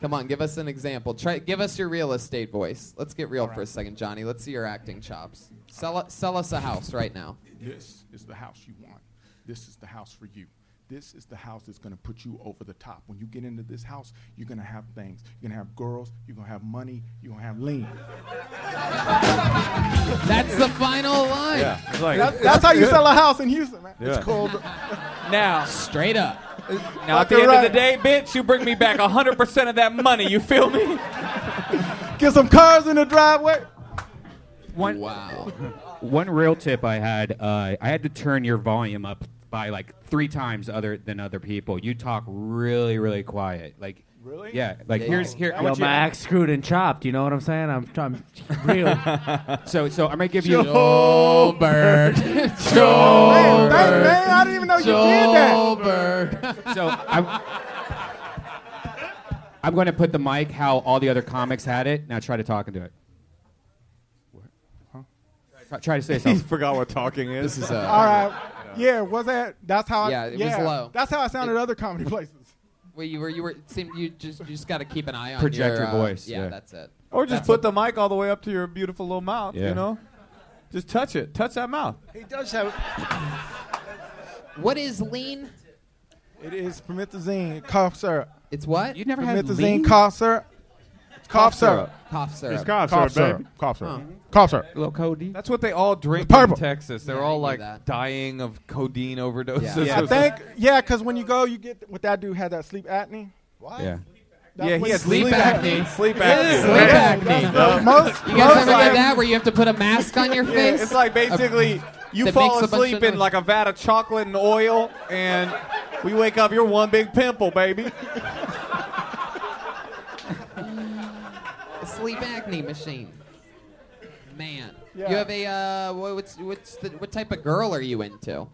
Speaker 3: Come on, give us an example. Try give us your real estate voice. Let's get real for a second, Johnny. Let's see your acting chops. Sell u- sell us a house right now.
Speaker 8: This is the house you want. This is the house for you. This is the house that's going to put you over the top. When you get into this house, you're going to have things. You're going to have girls. You're going to have money. You're going to have lean.
Speaker 3: That's the final line.
Speaker 8: Yeah, it's like-
Speaker 22: That- that's how you sell a house in Houston, man.
Speaker 8: Yeah.
Speaker 22: It's called.
Speaker 8: uh,
Speaker 4: Now,
Speaker 3: straight up.
Speaker 4: Now, at the
Speaker 22: Fucking
Speaker 4: end of the
Speaker 22: right.
Speaker 4: day, bitch, you bring me back 100% of that money. You feel me?
Speaker 22: Get some cars in the driveway.
Speaker 2: One, wow. One real tip I had, uh, I had to turn your volume up by like three times other than other people. You talk really, really quiet. Like really? Yeah. Like here's here. I
Speaker 16: Yo,
Speaker 2: want you-
Speaker 16: my axe screwed and chopped. You know what I'm saying? I'm trying real.
Speaker 2: so, so I'm gonna give you.
Speaker 16: Joburg.
Speaker 22: Man, thank- man, I didn't even know you did that.
Speaker 2: so I'm, I'm going to put the mic how all the other comics had it. Now try to talk into it. What? Huh? Try, try to say something.
Speaker 6: forgot what talking is.
Speaker 2: This
Speaker 6: is
Speaker 22: All right. Yeah, was that? That's how.
Speaker 3: Yeah,
Speaker 22: I,
Speaker 3: it was low.
Speaker 22: That's how I sounded at other comedy places.
Speaker 3: Well, you were you were it seemed you just you just got to keep an eye on
Speaker 2: Project
Speaker 3: your,
Speaker 2: your
Speaker 3: uh,
Speaker 2: voice,
Speaker 3: Yeah,
Speaker 2: yeah.
Speaker 3: that's it.
Speaker 4: Or just put the mic all the way up to your beautiful little mouth,
Speaker 2: Yeah.
Speaker 4: you know? Just touch it. Touch that mouth.
Speaker 5: He does have.
Speaker 3: What is lean?
Speaker 22: It is promethazine cough syrup.
Speaker 3: It's what? You
Speaker 2: never
Speaker 22: promethazine
Speaker 2: had lean?
Speaker 22: cough syrup. It's cough, syrup.
Speaker 3: Cough syrup.
Speaker 22: It's cough, syrup. baby. Cough syrup.
Speaker 4: Cough
Speaker 22: syrup.
Speaker 2: A little codeine.
Speaker 4: That's what they all drink
Speaker 22: Purple.
Speaker 4: in Texas. They're
Speaker 22: Yeah, I
Speaker 4: all
Speaker 22: knew
Speaker 4: like
Speaker 22: that.
Speaker 4: dying of codeine overdoses.
Speaker 22: Yeah,
Speaker 4: or
Speaker 22: I think.
Speaker 4: something.
Speaker 22: Yeah, because when you go, you get what that dude had that sleep apnea. What?
Speaker 2: Yeah.
Speaker 22: That's
Speaker 4: Yeah,
Speaker 22: what
Speaker 4: he had
Speaker 22: sleep
Speaker 4: sleep
Speaker 22: apnea.
Speaker 4: apnea. Sleep
Speaker 22: Yeah,
Speaker 4: apnea.
Speaker 22: sleep
Speaker 4: Yeah,
Speaker 22: apnea.
Speaker 4: that's
Speaker 22: Yeah.
Speaker 4: the-
Speaker 22: Most-
Speaker 3: You guys ever
Speaker 22: like-
Speaker 3: get that where you have to put a mask on your
Speaker 4: Yeah,
Speaker 3: face?
Speaker 4: it's like basically you
Speaker 3: that
Speaker 4: fall
Speaker 3: makes a bunch
Speaker 4: asleep
Speaker 3: of
Speaker 4: in
Speaker 3: noise.
Speaker 4: like a vat of chocolate and oil, and we wake up, you're one big pimple, baby.
Speaker 3: A sleep acne machine. Man,
Speaker 24: Yeah.
Speaker 3: you have a uh, wha- what's what's the, what type of girl are you into?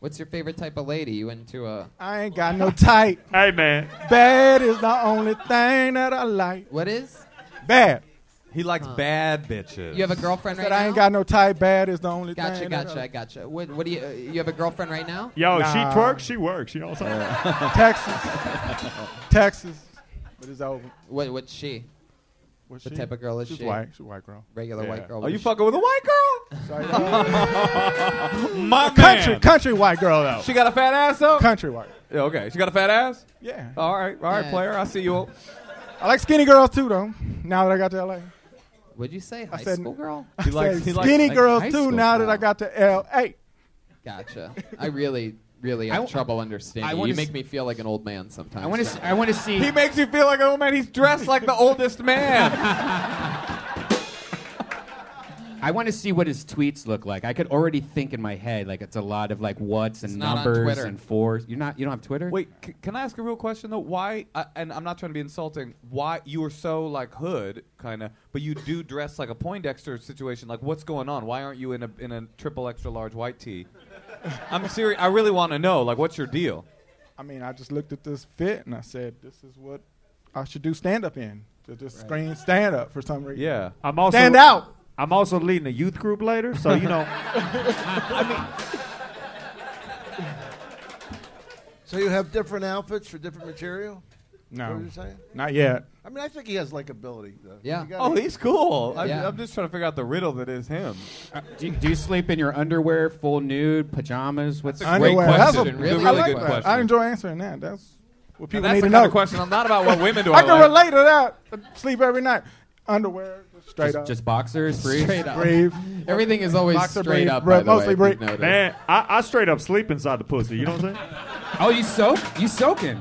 Speaker 3: What's your favorite type of lady? You into a
Speaker 22: I ain't got no type.
Speaker 4: hey man,
Speaker 22: bad is the only thing that I like.
Speaker 3: What is?
Speaker 22: Bad.
Speaker 4: He likes bad bitches.
Speaker 3: you have a girlfriend right
Speaker 22: Said I
Speaker 3: now?
Speaker 22: ain't got no type. Bad is the only
Speaker 3: Gotcha,
Speaker 22: thing.
Speaker 3: gotcha, I gotcha. What, what do you uh, you have a girlfriend right now?
Speaker 22: Yo, she Nah. twerks,
Speaker 6: Oh, she works. You know what
Speaker 22: That I... Texas. Texas. But it's over.
Speaker 3: What what's she?
Speaker 22: What's
Speaker 3: what
Speaker 22: she?
Speaker 3: type of girl is
Speaker 22: She's
Speaker 3: she?
Speaker 22: white. She's a white girl.
Speaker 3: Regular
Speaker 22: Yeah.
Speaker 3: white girl.
Speaker 22: Oh,
Speaker 3: What
Speaker 22: you
Speaker 3: is she-
Speaker 4: Fucking with a white girl. My
Speaker 22: country,
Speaker 4: man.
Speaker 22: country white girl though.
Speaker 4: She got a fat ass though.
Speaker 22: Country white.
Speaker 4: Yeah, okay, she got a fat ass.
Speaker 22: Yeah.
Speaker 4: All right, all right,
Speaker 22: Yeah.
Speaker 4: player. I see you. All.
Speaker 22: I like skinny girls too though. Now that I got to LA.
Speaker 3: What'd you say? High
Speaker 22: said-
Speaker 3: school girl?
Speaker 22: I said skinny girls
Speaker 3: High
Speaker 22: too.
Speaker 3: school
Speaker 22: Now that
Speaker 3: girl.
Speaker 22: I got to LA.
Speaker 3: Gotcha. I really, really
Speaker 22: I
Speaker 3: have
Speaker 22: w-
Speaker 3: trouble
Speaker 22: I
Speaker 3: understanding. You
Speaker 22: wanna
Speaker 3: make
Speaker 22: s-
Speaker 3: me feel like an old man sometimes.
Speaker 2: I wanna
Speaker 3: Johnny.
Speaker 2: s- I wanna see-
Speaker 4: He makes you feel like an old man. He's dressed like the oldest man.
Speaker 2: I want to see what his tweets look like. I could already think in my head like it's a lot of like what's and
Speaker 4: not on
Speaker 2: numbers
Speaker 4: Twitter.
Speaker 2: and fours. You're not. You don't have Twitter.
Speaker 4: Wait, c- can I ask a real question though? Why? I, and I'm not trying to be insulting. Why you are so like hood kind of, but you do dress like a Poindexter situation. Like, what's going on? Why aren't you in a in a triple extra large white tee? I'm serious. I really want to know. Like, what's your deal?
Speaker 22: I mean, I just looked at this fit and I said, this is what I should do stand up in. To just scream stand up for some reason.
Speaker 6: I'm also
Speaker 22: stand out.
Speaker 6: I'm also leading a youth group later, so you know.
Speaker 5: So you have different outfits for different material.
Speaker 22: No.
Speaker 5: What are you saying?
Speaker 22: Not yet.
Speaker 5: I mean, I think he has like ability. Though. You gotta-
Speaker 4: Oh, he's cool. I'm,
Speaker 5: Yeah.
Speaker 4: I'm just trying to figure out the riddle that is him.
Speaker 2: Uh, Do you, do you sleep in your underwear, full nude, pajamas? What's
Speaker 4: That's a great Underwear. question. That's a Really
Speaker 22: I
Speaker 4: really
Speaker 22: like
Speaker 4: good
Speaker 22: that.
Speaker 4: question.
Speaker 22: I enjoy answering that. That's what people
Speaker 4: that's
Speaker 22: need
Speaker 4: the kind
Speaker 22: to know.
Speaker 4: of question. I'm not about what women do
Speaker 22: I
Speaker 4: I
Speaker 22: can
Speaker 4: like.
Speaker 22: relate to that. Sleep every night. Underwear, just straight
Speaker 2: Just-
Speaker 22: up.
Speaker 2: just boxers, briefs?
Speaker 22: Straight up.
Speaker 2: Brief.
Speaker 3: Everything is always
Speaker 22: Boxer
Speaker 3: straight
Speaker 22: brief,
Speaker 3: up.
Speaker 22: bro-
Speaker 3: by the
Speaker 22: mostly
Speaker 3: way,
Speaker 22: brief.
Speaker 3: if you've noticed.
Speaker 6: Man, I, I straight up sleep inside the pussy. You know what I'm saying?
Speaker 2: oh, you soak? You soaking?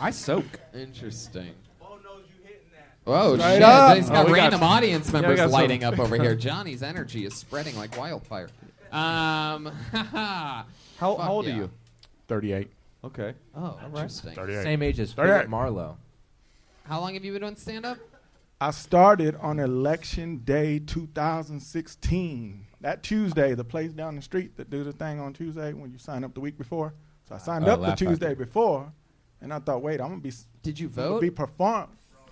Speaker 2: I soak.
Speaker 3: Interesting. Oh
Speaker 2: Straight
Speaker 3: shit!
Speaker 2: up.
Speaker 3: He's got
Speaker 2: Oh, we got
Speaker 3: random
Speaker 2: some-
Speaker 3: audience
Speaker 2: yeah, we
Speaker 3: members
Speaker 2: got some.
Speaker 3: lighting up over here. Johnny's energy is spreading like wildfire. Um, how,
Speaker 4: how old are you?
Speaker 22: 38.
Speaker 4: Okay.
Speaker 3: Oh, interesting.
Speaker 22: Thirty-eight.
Speaker 10: Same age as
Speaker 22: 38.
Speaker 10: Philip Marlowe.
Speaker 3: How long have you been doing stand up?
Speaker 22: I started on election day 2016. That Tuesday, the place down the street that do the thing on Tuesday when you sign up the week before. So I signed
Speaker 10: Uh,
Speaker 25: Oh,
Speaker 22: up the
Speaker 25: Laugh Factory.
Speaker 22: Tuesday before, and I thought, wait, I'm gonna be. s-
Speaker 25: Did you
Speaker 22: I'm gonna
Speaker 25: vote?
Speaker 22: Be perform.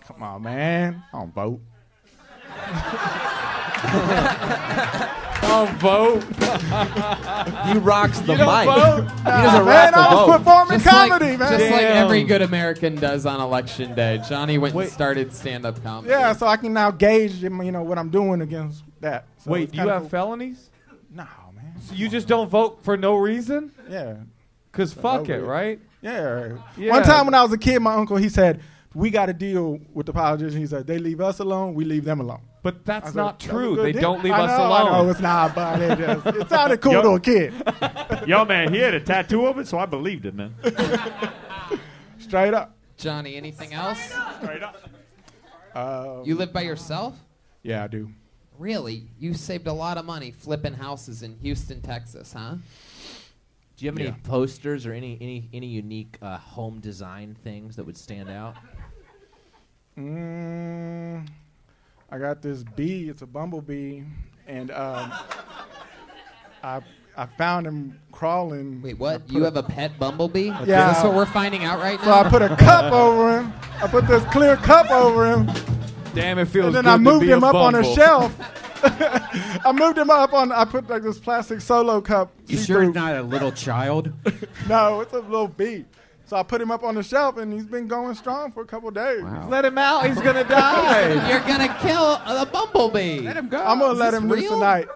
Speaker 22: Come on, man. I don't vote.
Speaker 4: Don't vote.
Speaker 22: he rocks
Speaker 12: the
Speaker 22: you don't
Speaker 12: mic.
Speaker 22: Vote?
Speaker 12: He
Speaker 22: Nah,
Speaker 12: doesn't
Speaker 22: man,
Speaker 12: rock the
Speaker 22: I was
Speaker 12: vote.
Speaker 22: performing
Speaker 12: Just like-
Speaker 22: comedy, man.
Speaker 12: just
Speaker 3: It's like
Speaker 12: Damn.
Speaker 3: every good
Speaker 12: American does on election day. Johnny went and started stand up comedy.
Speaker 22: Yeah, so I can now gauge, you know, what I'm doing against that. So
Speaker 4: Wait,
Speaker 22: it's
Speaker 4: do you
Speaker 22: kinda
Speaker 4: have
Speaker 22: cool.
Speaker 4: felonies?
Speaker 22: No, man.
Speaker 4: So you just don't vote for no reason?
Speaker 22: Yeah.
Speaker 4: Cause
Speaker 22: For
Speaker 4: fuck
Speaker 22: no
Speaker 4: it,
Speaker 22: reason.
Speaker 4: right?
Speaker 22: Yeah.
Speaker 4: Yeah.
Speaker 22: One time when I was a kid, my uncle he said, "We got to deal with the politicians." He said, "They leave us alone, we leave them alone."
Speaker 4: But that's
Speaker 22: I said,
Speaker 4: not
Speaker 22: "That's a
Speaker 4: true.
Speaker 22: good
Speaker 4: They
Speaker 22: deal."
Speaker 4: don't leave
Speaker 22: I
Speaker 4: us
Speaker 22: know, I
Speaker 4: alone.
Speaker 22: know, it's not, but it, just, it sounded cool
Speaker 6: Yo-
Speaker 22: to a kid.
Speaker 6: Yo, man, he had a tattoo of it, so I believed it, man.
Speaker 22: Straight up.
Speaker 3: Johnny, anything else?
Speaker 22: Um,
Speaker 3: You live by yourself?
Speaker 22: Yeah, I do.
Speaker 3: Really? You saved a lot of money flipping houses in Houston, Texas, huh?
Speaker 10: Do you have any
Speaker 3: Yeah.
Speaker 10: posters or any any any unique uh, home design things that would stand out?
Speaker 22: Mm, I got this bee. It's a bumblebee, and um, I I found him crawling. Wait,
Speaker 3: What? You have a pet bumblebee?
Speaker 22: Yeah.
Speaker 3: Is this what we're finding out right
Speaker 22: So
Speaker 3: now?
Speaker 22: I put a cup over him. I put this clear cup over him,
Speaker 4: Damn, it feels.
Speaker 22: and then
Speaker 4: good
Speaker 22: I
Speaker 4: to
Speaker 22: moved
Speaker 4: be a
Speaker 22: him up on a
Speaker 4: bumble.
Speaker 22: shelf. I moved him up on. I put like this plastic solo cup.
Speaker 2: You sure it's not a little child?
Speaker 22: No, it's a little bee. So I put him up on the shelf, and he's been going strong for a couple days.
Speaker 4: Let him out. He's gonna die.
Speaker 3: You're gonna kill a bumblebee. Let him go.
Speaker 22: I'm gonna
Speaker 3: Is
Speaker 22: let
Speaker 3: this
Speaker 22: him loose
Speaker 3: real?
Speaker 22: tonight.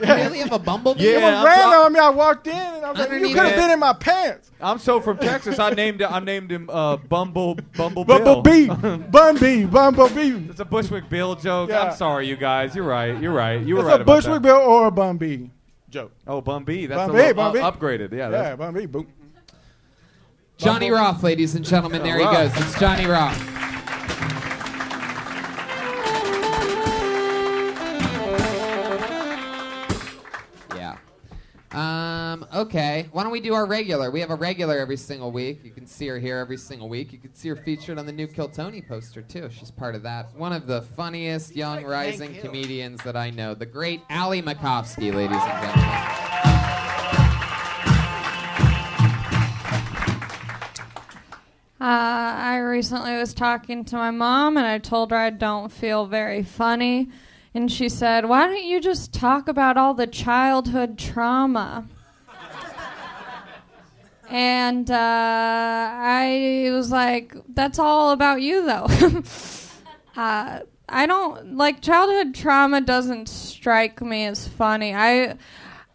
Speaker 3: You really have a bumblebee?
Speaker 22: Yeah, it ran on me. I walked in, and I was like, "You
Speaker 3: Underneath
Speaker 22: could have
Speaker 3: it.
Speaker 22: been in my pants."
Speaker 4: I'm so from Texas. I named I named him uh, Bumble Bumble Bill.
Speaker 22: Bumblebee, Bumblebee, Bumblebee.
Speaker 4: It's a Bushwick Bill joke.
Speaker 22: Yeah.
Speaker 4: I'm sorry, you guys. You're right. You're right. You were
Speaker 22: It's
Speaker 4: right
Speaker 22: a
Speaker 4: about
Speaker 22: Bushwick
Speaker 4: that.
Speaker 22: Bill or a Bumblebee joke.
Speaker 4: Oh, Bumblebee. That's
Speaker 22: Bumblebee,
Speaker 4: a little, uh,
Speaker 22: Bumblebee.
Speaker 4: upgraded. Yeah.
Speaker 22: yeah,
Speaker 4: That's,
Speaker 22: Bumblebee. Boom.
Speaker 3: Johnny
Speaker 22: Bumble-
Speaker 3: Roth, ladies and gentlemen. There he
Speaker 22: All right.
Speaker 3: goes. It's Johnny Roth. Yeah. Um, okay. Why don't we do our regular? We have a regular every single week. You can see her here every single week. You can see her featured on the new Kill Tony poster, too. She's part of that. One of the funniest young rising comedians that I know, the great Ali Makovsky, ladies and gentlemen.
Speaker 26: Uh, I recently was talking to my mom and I told her I don't feel very funny. And she said, Why don't you just talk about all the childhood trauma? and uh, I was like, That's all about you, though. uh, I don't like childhood trauma, doesn't strike me as funny. I.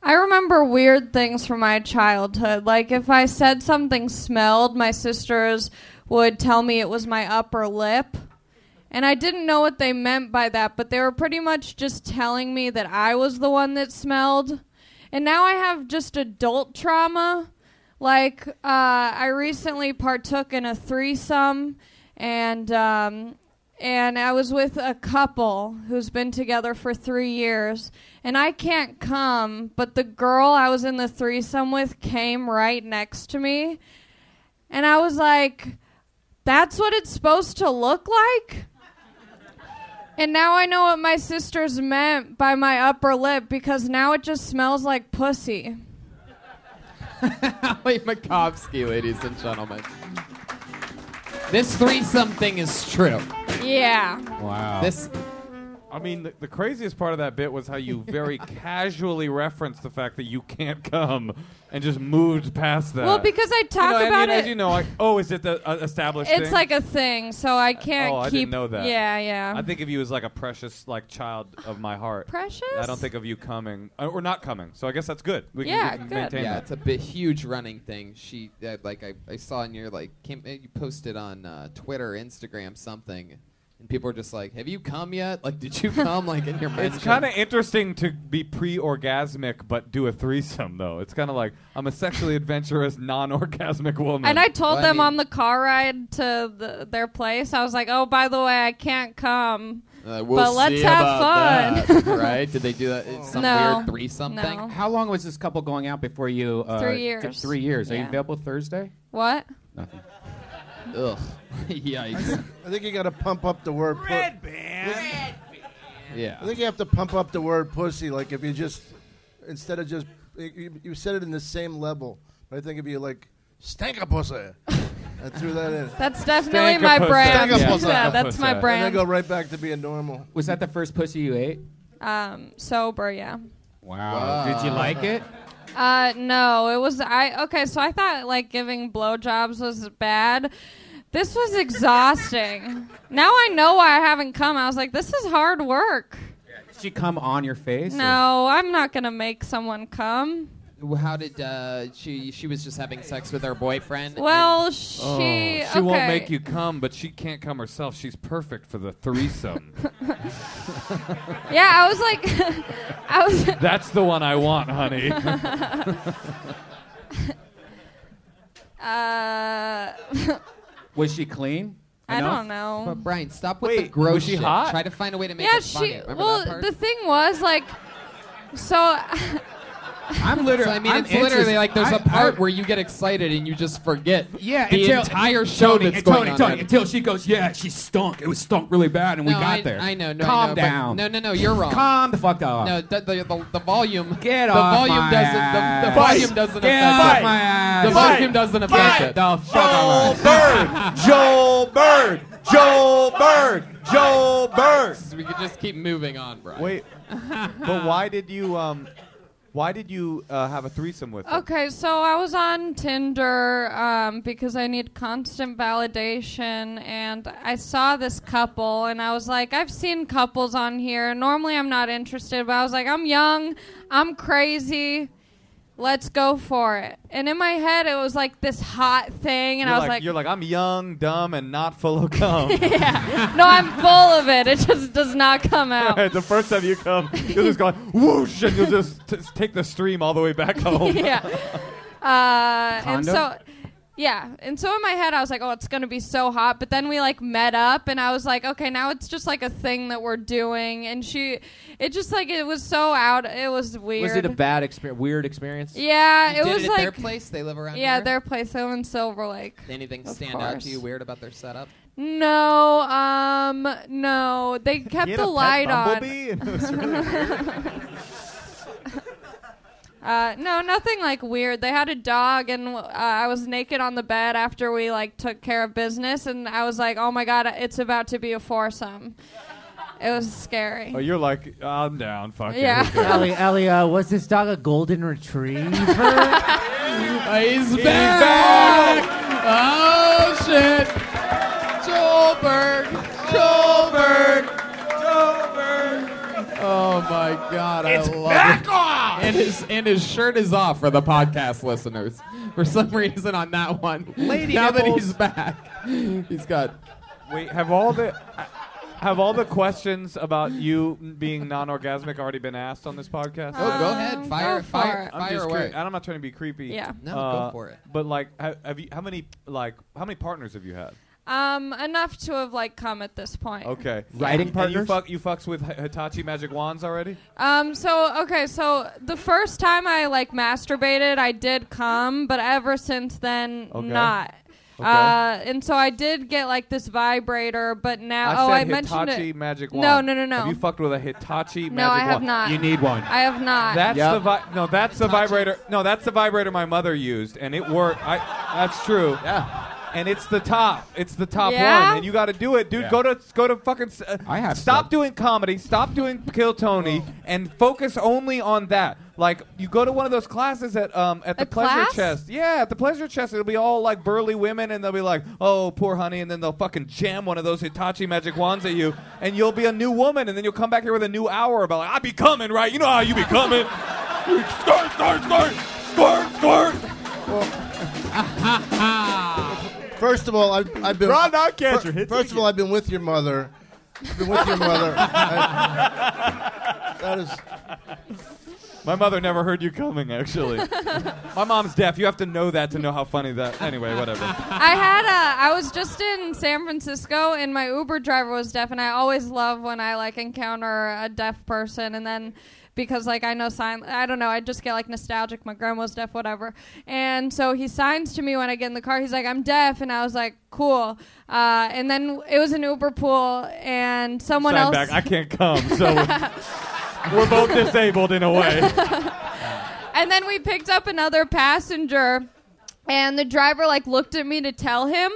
Speaker 26: I remember weird things from my childhood. Like if I said something smelled, my sisters would tell me it was my upper lip. And I didn't know what they meant by that, but they were pretty much just telling me that I was the one that smelled. And now I have just adult trauma. Like, uh, I recently partook in a threesome, and um, and I was with a couple who's been together for three years, and I can't come, but the girl I was in the threesome with came right next to me, and I was like, "That's what it's supposed to look like." And now I know what my sisters meant by my upper lip because now it just smells like pussy.
Speaker 3: Ali Makovsky, ladies and gentlemen. This threesome thing is true.
Speaker 26: Yeah.
Speaker 4: wow.
Speaker 3: This-
Speaker 4: I mean, the, the craziest part of that bit was how you very casually referenced the fact that you can't come and just moved past that.
Speaker 26: Well, because I
Speaker 4: you
Speaker 26: talk
Speaker 4: know, and-
Speaker 26: about
Speaker 4: and
Speaker 26: it.
Speaker 4: As you know, like, oh, is it the uh, established?
Speaker 26: It's
Speaker 4: thing?
Speaker 26: like a thing, so I can't
Speaker 4: oh, I
Speaker 26: keep.
Speaker 4: didn't know that.
Speaker 26: Yeah, yeah.
Speaker 4: I think of you as like a precious like child of my heart.
Speaker 26: Precious?
Speaker 4: I don't think of you coming uh, or not coming. So I guess that's good. We can, we can maintain
Speaker 3: Yeah,
Speaker 4: that.
Speaker 3: it's a bit huge running thing. She uh, like I, I saw in your like came, uh, you posted on uh, Twitter, Instagram, something, and people were just like, "Have you come yet? Like, did you come? like in your
Speaker 4: It's
Speaker 3: mention?"
Speaker 4: kind of interesting to be pre-orgasmic but do a threesome though. It's kind of like I'm a sexually adventurous non-orgasmic woman.
Speaker 26: and I told them on the car ride to the, their place, I was like, "Oh, by the way, I can't come,
Speaker 3: Uh, we'll
Speaker 26: but let's
Speaker 3: see
Speaker 26: have
Speaker 3: about
Speaker 26: fun."
Speaker 3: that, right? Did they do that? It's some
Speaker 26: No.
Speaker 3: weird threesome
Speaker 26: No.
Speaker 3: thing.
Speaker 2: How long was this couple going out before you? Uh,
Speaker 26: Three
Speaker 2: th-
Speaker 26: years.
Speaker 2: three years. Are you
Speaker 26: Yeah.
Speaker 2: available Thursday?
Speaker 26: what?
Speaker 2: Nothing.
Speaker 3: Ugh. Yikes.
Speaker 5: I think you got to pump up the word. Red
Speaker 26: band.
Speaker 5: man.
Speaker 27: Yeah.
Speaker 5: I think you have to pump up the word pussy. Like if you just instead of just you, you said it in the same level. But I think if you like stank a pussy, I threw that in.
Speaker 26: That's definitely Stank a my pussy. brand.
Speaker 5: Stank a
Speaker 26: Yeah.
Speaker 5: pussy.
Speaker 26: Yeah, that's my
Speaker 5: And
Speaker 26: brand.
Speaker 5: then go right back to being normal.
Speaker 10: Was that the first pussy you ate?
Speaker 26: Um, sober, yeah.
Speaker 2: Wow. Did you like it?
Speaker 26: Uh, no, it was I. Okay, so I thought like giving blowjobs was bad. This was exhausting. now I know why I haven't come. I was like, this is hard work.
Speaker 2: Did she come on your face? or-
Speaker 26: No, I'm not gonna make someone come.
Speaker 3: Well, How did uh, she? She was just having sex with her boyfriend.
Speaker 26: Well,
Speaker 3: and-
Speaker 26: she
Speaker 28: Oh,
Speaker 26: okay.
Speaker 28: she won't make you come, but she can't come herself. She's perfect for the threesome.
Speaker 26: Yeah, I was like, I was.
Speaker 28: That's the one I want, honey.
Speaker 26: Uh,
Speaker 2: Was she clean?
Speaker 26: I don't know.
Speaker 3: But Brian, stop with the
Speaker 2: Wait,
Speaker 3: gross
Speaker 2: was she
Speaker 3: shit.
Speaker 2: hot?
Speaker 3: Try to find a way to make
Speaker 26: yeah,
Speaker 3: it funny.
Speaker 26: she.
Speaker 3: Remember that
Speaker 26: Well,
Speaker 3: part?
Speaker 26: the thing was like, so.
Speaker 2: I'm literally.
Speaker 3: So, I mean,
Speaker 2: I'm
Speaker 3: it's literally
Speaker 2: interested-
Speaker 3: like there's a
Speaker 2: I-
Speaker 3: part where you get excited and you just forget.
Speaker 2: Yeah,
Speaker 3: the
Speaker 2: until,
Speaker 3: entire show
Speaker 2: Tony,
Speaker 3: that's
Speaker 2: Tony,
Speaker 3: going on.
Speaker 2: Tony,
Speaker 3: right
Speaker 2: until she goes, yeah, she stunk. It was stunk really bad, and we
Speaker 3: No,
Speaker 2: got
Speaker 3: I-
Speaker 2: there.
Speaker 3: I know, no, I
Speaker 2: calm
Speaker 3: know, but-
Speaker 2: down.
Speaker 3: no, no, no, you're wrong.
Speaker 2: Calm the fuck
Speaker 3: now.
Speaker 2: down.
Speaker 3: No, the, the, the, the volume.
Speaker 2: Get
Speaker 3: the
Speaker 2: off
Speaker 3: volume
Speaker 2: my
Speaker 3: doesn't.
Speaker 2: ass.
Speaker 3: The, the volume doesn't
Speaker 2: Get
Speaker 3: affect
Speaker 2: off
Speaker 3: it.
Speaker 2: my ass.
Speaker 3: The
Speaker 2: Fight.
Speaker 3: volume doesn't affect
Speaker 2: Fight.
Speaker 3: it.
Speaker 2: The
Speaker 3: Joel
Speaker 8: Bird, Joel Bird, Joel Bird, Joel Bird.
Speaker 3: We could just keep moving on, Brian.
Speaker 4: Wait, but why did you um, why did you uh, have a threesome with? her?
Speaker 26: Okay, so I was on Tinder um, because I need constant validation, and I saw this couple, and I was like, I've seen couples on here. Normally, I'm not interested, but I was like, I'm young, I'm crazy. Let's go for it. And in my head, it was like this hot thing, and
Speaker 4: you're
Speaker 26: I was like,
Speaker 4: you're like I'm young, dumb, and not full of cum.
Speaker 26: yeah, no, I'm full of it. It just does not come out.
Speaker 4: the first time you come, you'll just go whoosh, and you'll just t- take the stream all the way back
Speaker 3: Oh.
Speaker 4: home.
Speaker 26: yeah. Uh, and
Speaker 4: Condom?
Speaker 26: so, yeah. And so in my head, I was like, oh, it's going to be so hot. But then we like met up and I was like, okay, now it's just like a thing that we're doing. And she, it just like, it was so out. It was weird.
Speaker 10: Was it a bad experience? Weird experience?
Speaker 26: yeah,
Speaker 3: You
Speaker 26: it
Speaker 3: did
Speaker 26: was
Speaker 3: it at
Speaker 26: like
Speaker 3: their place? They live around
Speaker 26: Yeah,
Speaker 3: here?
Speaker 26: their place. They live in Silver Lake.
Speaker 3: Anything
Speaker 26: Of
Speaker 3: stand out
Speaker 26: course.
Speaker 3: to you weird about their setup?
Speaker 26: No, um, no. They kept
Speaker 3: had
Speaker 26: the
Speaker 3: a pet
Speaker 26: light on.
Speaker 3: bumblebee, and it was really
Speaker 26: uh, no, nothing like weird. They had a dog, and uh, I was naked on the bed after we like took care of business, and I was like, "Oh my god, it's about to be a foursome." It was scary.
Speaker 4: Oh, you're like I'm down. Fuck it,
Speaker 26: Yeah.
Speaker 4: who cares?"
Speaker 16: Ellie, Ellie, uh, was this dog a golden retriever?
Speaker 3: He's back! Oh shit! Joelberg! Joelberg! Joelberg! Oh my god, I love it.
Speaker 29: off!
Speaker 3: And his and his shirt is off for the podcast listeners. For some reason on that one.
Speaker 4: Lady
Speaker 3: now that
Speaker 4: nipples.
Speaker 3: he's back. He's got
Speaker 4: Wait, have all the have all the questions about you being non-orgasmic already been asked on this podcast?
Speaker 3: Oh, go ahead. Um, Fire- go for fire- it.
Speaker 4: I'm
Speaker 3: fire
Speaker 4: just
Speaker 3: away.
Speaker 4: curi- and I'm not trying to be creepy.
Speaker 26: Yeah.
Speaker 3: No, go for
Speaker 4: it. But like, ha- have you? How many like how many partners have you had?
Speaker 26: Um, enough to have like come at this point.
Speaker 4: Okay,
Speaker 10: Writing
Speaker 4: And You,
Speaker 10: partners?
Speaker 4: fuck, you fucks with Hi- Hitachi magic wands already?
Speaker 26: Um. So okay. So the first time I like masturbated, I did come, but ever since then,
Speaker 4: Okay.
Speaker 26: not.
Speaker 4: Okay.
Speaker 26: Uh, and so I did get like this vibrator, but now oh,
Speaker 4: said
Speaker 26: I mentioned
Speaker 4: Hitachi
Speaker 26: it.
Speaker 4: magic
Speaker 26: No,
Speaker 4: wand.
Speaker 26: no, no, no.
Speaker 4: Have you fucked with a Hitachi magic
Speaker 26: No, I have
Speaker 4: wand?
Speaker 26: not. You need
Speaker 4: one.
Speaker 26: I have not.
Speaker 4: That's the vi- no. That's the vibrator. No, that's the vibrator my mother used, and it worked. I, that's true. Yeah. And it's the top. It's the top
Speaker 26: Yeah?
Speaker 4: one, and you got to do it, dude.
Speaker 2: Yeah.
Speaker 4: Go to go to fucking. s- Uh, I have. Stop doing comedy. Stop doing Kill Tony, and focus only on that. Like you go to one of those classes at um at the pleasure
Speaker 29: class?
Speaker 4: chest. Yeah, at the pleasure chest, it'll be all like burly women, and they'll be like, "Oh, poor honey," and then they'll fucking jam one of those Hitachi magic wands at you, and you'll be a new woman, and then you'll come back here with a new hour about like, "I be coming, right? You know how you be coming." Skirt, skirt, skirt, skirt, skirt.
Speaker 5: First of all, I've, I've been.
Speaker 4: Ron Arcaster
Speaker 5: fir-
Speaker 4: hits
Speaker 5: First of all, I've been with your mother. I've been with your mother. I- that is.
Speaker 4: My mother never heard you coming, actually. My mom's deaf. You have to know that to know how funny that. Anyway, whatever.
Speaker 26: I had a. I was just in San Francisco, and my Uber driver was deaf, and I always love when I like encounter a deaf person, and then because like I know sign. I don't know. I just get like nostalgic. My grandma's deaf, whatever. And so he signs to me when I get in the car. He's like, "I'm deaf," and I was like, "Cool." Uh, and then it was an Uber pool, and someone
Speaker 4: Sign
Speaker 26: else.
Speaker 4: back. I can't come, so we're both disabled in a way.
Speaker 26: and then we picked up another passenger and the driver like looked at me to tell him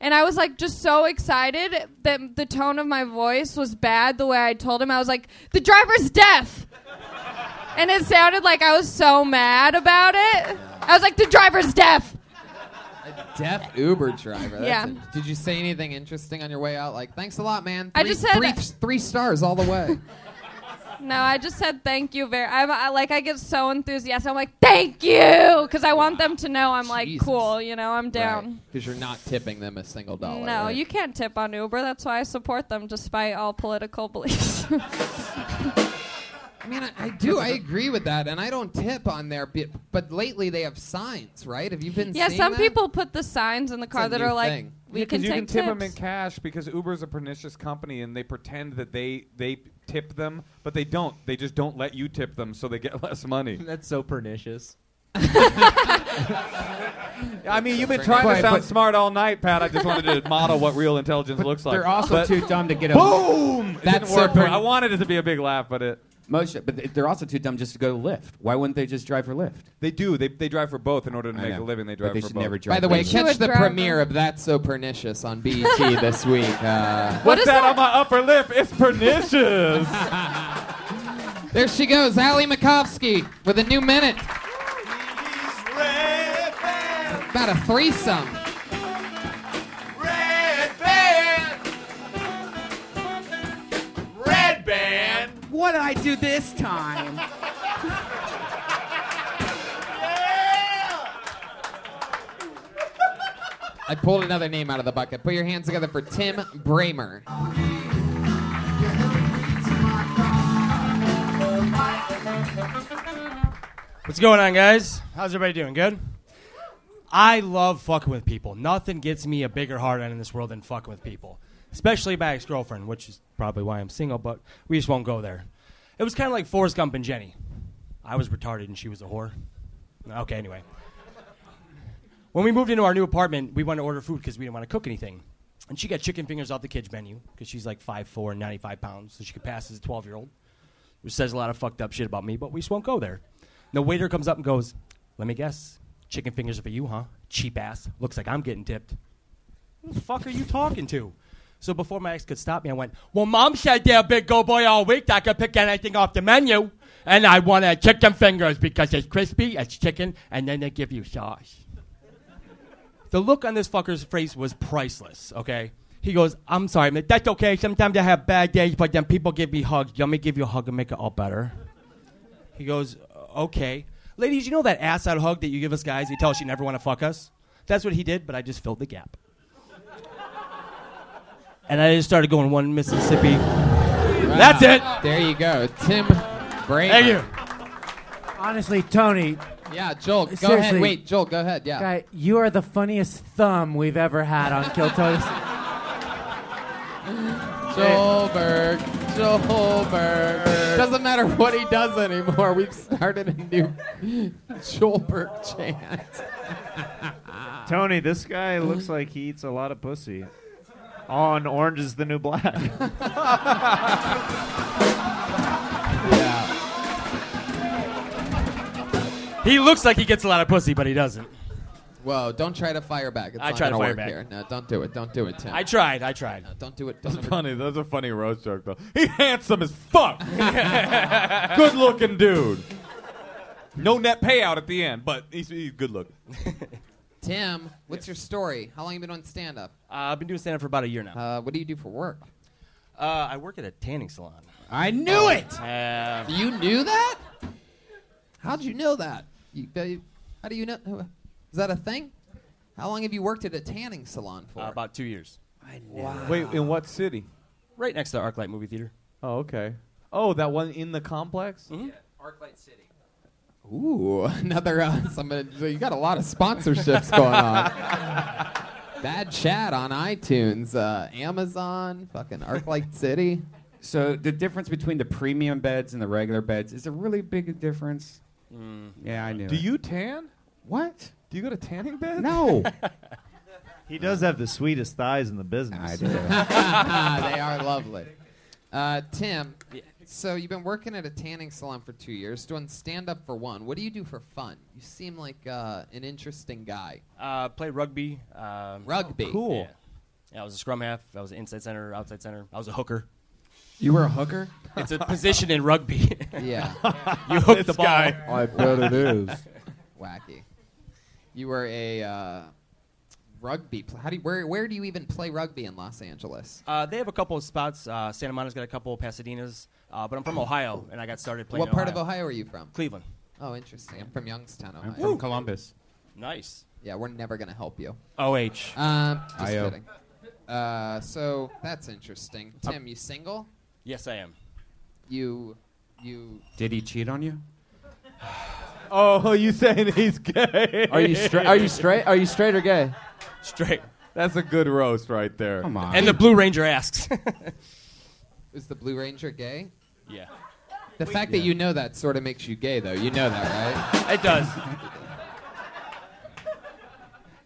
Speaker 26: and i was like just so excited that the tone of my voice was bad the way i told him i was like the driver's deaf and it sounded like i was so mad about it i was like the driver's deaf
Speaker 3: Deaf
Speaker 12: Uber driver.
Speaker 3: that's Yeah.
Speaker 12: Did you say anything interesting on your way out? Like,
Speaker 3: Thanks a lot, man.
Speaker 26: I
Speaker 3: Three-
Speaker 26: just said-
Speaker 3: three, three stars all the way.
Speaker 26: no i just said thank you very I'm, I, like i get so enthusiastic i'm like thank you because i want them to know i'm like cool you know i'm down
Speaker 12: because you're not tipping them a single dollar.
Speaker 26: No,
Speaker 12: right?
Speaker 26: you can't tip on Uber. That's why I support them despite all political beliefs.
Speaker 3: I mean, I,
Speaker 12: I
Speaker 3: do. I agree with that, and I don't tip on there. But, but lately they have signs, right? Have you been?
Speaker 26: yeah,
Speaker 3: seeing
Speaker 26: some
Speaker 3: that?
Speaker 26: people put the signs in the car
Speaker 3: a
Speaker 26: that
Speaker 3: new
Speaker 26: are like,
Speaker 3: thing.
Speaker 26: we
Speaker 4: Yeah, 'cause
Speaker 26: can
Speaker 4: you
Speaker 26: take
Speaker 4: can tip
Speaker 26: tips.
Speaker 4: them in cash because Uber's a pernicious company and they pretend that they they tip them, but they don't. They just don't let you tip them, so they get less money.
Speaker 20: That's so pernicious.
Speaker 4: I mean, you've been
Speaker 20: But-
Speaker 4: trying to
Speaker 20: but-
Speaker 4: sound smart all night, Pat. I just wanted to model what real intelligence looks like.
Speaker 2: they're also
Speaker 4: But-
Speaker 2: too dumb to get a-
Speaker 4: boom. It
Speaker 2: That's
Speaker 4: didn't
Speaker 2: so
Speaker 4: work.
Speaker 2: pern-
Speaker 4: I wanted it to be a big laugh, but it.
Speaker 21: Moshe, but th- they're also too dumb just to go to Lyft. Why wouldn't they just drive for Lyft?
Speaker 4: They do. They, they drive for both in order to
Speaker 21: I
Speaker 4: make
Speaker 21: know,
Speaker 4: a living. They
Speaker 21: but
Speaker 4: drive
Speaker 21: they
Speaker 4: for
Speaker 21: should
Speaker 4: both.
Speaker 21: never
Speaker 12: By the way, catch the
Speaker 4: premiere.
Speaker 12: premiere of That's So Pernicious on
Speaker 3: E
Speaker 12: BET this week. Uh,
Speaker 4: What's that, on my upper lip? It's pernicious.
Speaker 3: There she goes, Ali Makovsky with a new minute. About a threesome.
Speaker 8: Red band. Red band.
Speaker 16: What did I do this time?
Speaker 3: I pulled another name out of the bucket. Put your hands together for Tim Bramer.
Speaker 30: What's going on, guys? How's everybody doing? Good? I love fucking with people. Nothing gets me a bigger hard on in this world than fucking with people, especially my ex girlfriend, which is probably why I'm single, but we just won't go there. It was kind of like Forrest Gump and Jenny. I was retarded and she was a whore. Okay, anyway. When we moved into our new apartment, we wanted to order food because we didn't want to cook anything. And she got chicken fingers off the kids' menu because she's like 5'4 and 95 pounds, so she could pass as a 12 year old, which says a lot of fucked up shit about me, but we just won't go there. And the waiter comes up and goes, Let me guess, chicken fingers are for you, huh? Cheap ass. Looks like I'm getting tipped. Who the fuck are you talking to? So before my ex could stop me, I went, Well, mom said they're a big go boy all week. I could pick anything off the menu. And I want a chicken fingers because it's crispy, it's chicken, and then they give you sauce. The look on this fucker's face was priceless, okay? He goes, I'm sorry, man. That's okay. Sometimes I have bad days, but then people give me hugs. Let me give you a hug and make it all better. He goes, okay. Ladies, you know that ass out hug that you give us guys? You tell us you never want to fuck us? That's what he did, but I just filled the gap. And I just started going one Mississippi. That's it.
Speaker 3: There you go, Tim Bramer.
Speaker 30: Thank you.
Speaker 16: Honestly, Tony.
Speaker 3: Yeah, Joel, go
Speaker 16: seriously,
Speaker 3: ahead. Wait, Joel, go ahead. Yeah.
Speaker 16: Guy, you are the funniest thumb we've ever had on Kill Toast.
Speaker 12: Joelberg, Joelberg. Doesn't matter what he does anymore. We've started a new Joelberg chant.
Speaker 6: Tony, this guy looks like he eats a lot of pussy. On Orange is the New Black.
Speaker 30: He looks like he gets a lot of pussy, but he doesn't.
Speaker 12: Whoa, don't try to fire back.
Speaker 30: I tried to fire back.
Speaker 12: Here. No, don't do it. Don't do it, Tim.
Speaker 30: I tried. I tried.
Speaker 12: don't do it.
Speaker 4: That's funny. That's a funny roast joke, though. He handsome as fuck. good looking dude. No net payout at the end, but he's, he's good looking.
Speaker 3: Tim, what's your story? How long you been on stand up?
Speaker 30: Uh, I've been doing stand up for about a year now.
Speaker 3: Uh, what do you do for work?
Speaker 30: Uh, I work at a tanning salon.
Speaker 3: I knew
Speaker 31: Oh,
Speaker 3: it!
Speaker 30: Uh,
Speaker 3: You knew that? How'd you know that? You, uh, you- how do you know? Is that a thing? How long have you worked at a tanning salon for?
Speaker 30: Uh, about two years.
Speaker 3: I
Speaker 4: Wait, in what city?
Speaker 30: Right next to the ArcLight movie theater.
Speaker 4: Oh, okay. Oh, that one in the complex?
Speaker 30: Mm-hmm.
Speaker 4: ArcLight City.
Speaker 3: Ooh, another uh, somebody. so You got a lot of sponsorships going on. Bad chat on iTunes, uh, Amazon, fucking ArcLight City.
Speaker 2: So the difference between the premium beds and the regular beds is a really big difference. Yeah, I knew.
Speaker 4: Mm. Do
Speaker 2: it.
Speaker 4: you tan?
Speaker 2: What?
Speaker 4: Do you go to tanning bed?
Speaker 2: No.
Speaker 6: He does have the sweetest thighs in the business.
Speaker 3: they are lovely. Uh, Tim, so you've been working at a tanning salon for two years, doing stand up for one. What do you do for fun? You seem like uh, an interesting guy.
Speaker 31: Uh, play rugby. Um,
Speaker 3: Rugby.
Speaker 31: Cool.
Speaker 3: Cool.
Speaker 31: Yeah. Yeah, I was a scrum half. I was an inside center, outside center. I was a hooker.
Speaker 3: You were a hooker?
Speaker 31: it's a position in rugby.
Speaker 3: Yeah.
Speaker 31: you hook the ball.
Speaker 3: Wacky. You were a uh, rugby. Pl- how do you, where where do you even play rugby in Los Angeles?
Speaker 31: Uh, they have a couple of spots. Uh, Santa Monica's got a couple. Pasadena's. Uh, but I'm from Ohio, and I got started playing.
Speaker 3: What
Speaker 31: in
Speaker 3: part of Ohio are you from?
Speaker 31: Cleveland.
Speaker 3: Oh, interesting. I'm from Youngstown, Ohio.
Speaker 31: I'm from Woo.
Speaker 2: Columbus.
Speaker 31: Nice.
Speaker 3: Yeah, we're never gonna help you.
Speaker 31: OH.
Speaker 3: Um, just
Speaker 31: IO.
Speaker 3: kidding. Uh, so that's interesting. Tim, you single?
Speaker 31: Yes, I am.
Speaker 3: You, you.
Speaker 2: Did he cheat on you?
Speaker 4: Oh, you saying he's gay?
Speaker 10: Are you straight? Are you straight? Are you straight or gay?
Speaker 31: Straight.
Speaker 4: That's a good roast right there.
Speaker 10: Come on.
Speaker 31: And the Blue Ranger asks.
Speaker 3: Is the Blue Ranger gay?
Speaker 31: Yeah.
Speaker 3: The fact that you know that sort of makes you gay, though. You know that, right?
Speaker 31: it does.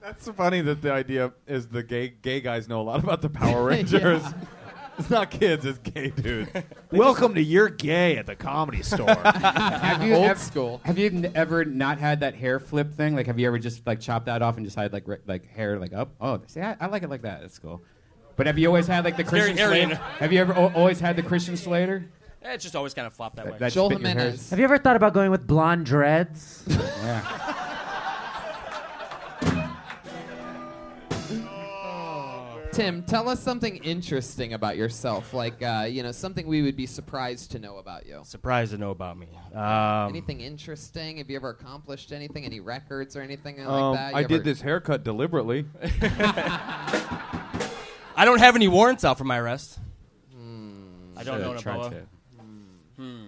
Speaker 4: That's funny that the idea is the gay gay guys know a lot about the Power Rangers. It's not kids, it's gay dudes.
Speaker 6: Welcome to You're Gay at the Comedy Store.
Speaker 2: Have you ev- Have you n- ever not had that hair flip thing? Like, have you ever just like chopped that off and just had like ri- like hair like up? Oh, see, I, I like it like that. That's cool. But have you always had like the
Speaker 31: It's very
Speaker 2: Christian Slater?
Speaker 31: Aryan.
Speaker 2: Have you ever o- always had the Christian Slater?
Speaker 31: Eh, It's just always kind of flopped that,
Speaker 2: That-
Speaker 31: way.
Speaker 2: that's Joel been your Jimenez. hairs.
Speaker 16: Have you ever thought about going with blonde dreads?
Speaker 3: Tim, tell us something interesting about yourself, like uh, you know something we would be surprised to know about you.
Speaker 31: Surprised to know about me.
Speaker 4: Uh,
Speaker 31: Um,
Speaker 3: anything interesting? Have you ever accomplished anything? Any records or anything like
Speaker 4: Um,
Speaker 3: that? You
Speaker 4: I
Speaker 3: ever-
Speaker 4: did this haircut deliberately.
Speaker 31: I don't have any warrants out for my arrest. I don't
Speaker 3: Should've
Speaker 31: know
Speaker 3: tried
Speaker 31: about
Speaker 3: to.
Speaker 31: Hmm.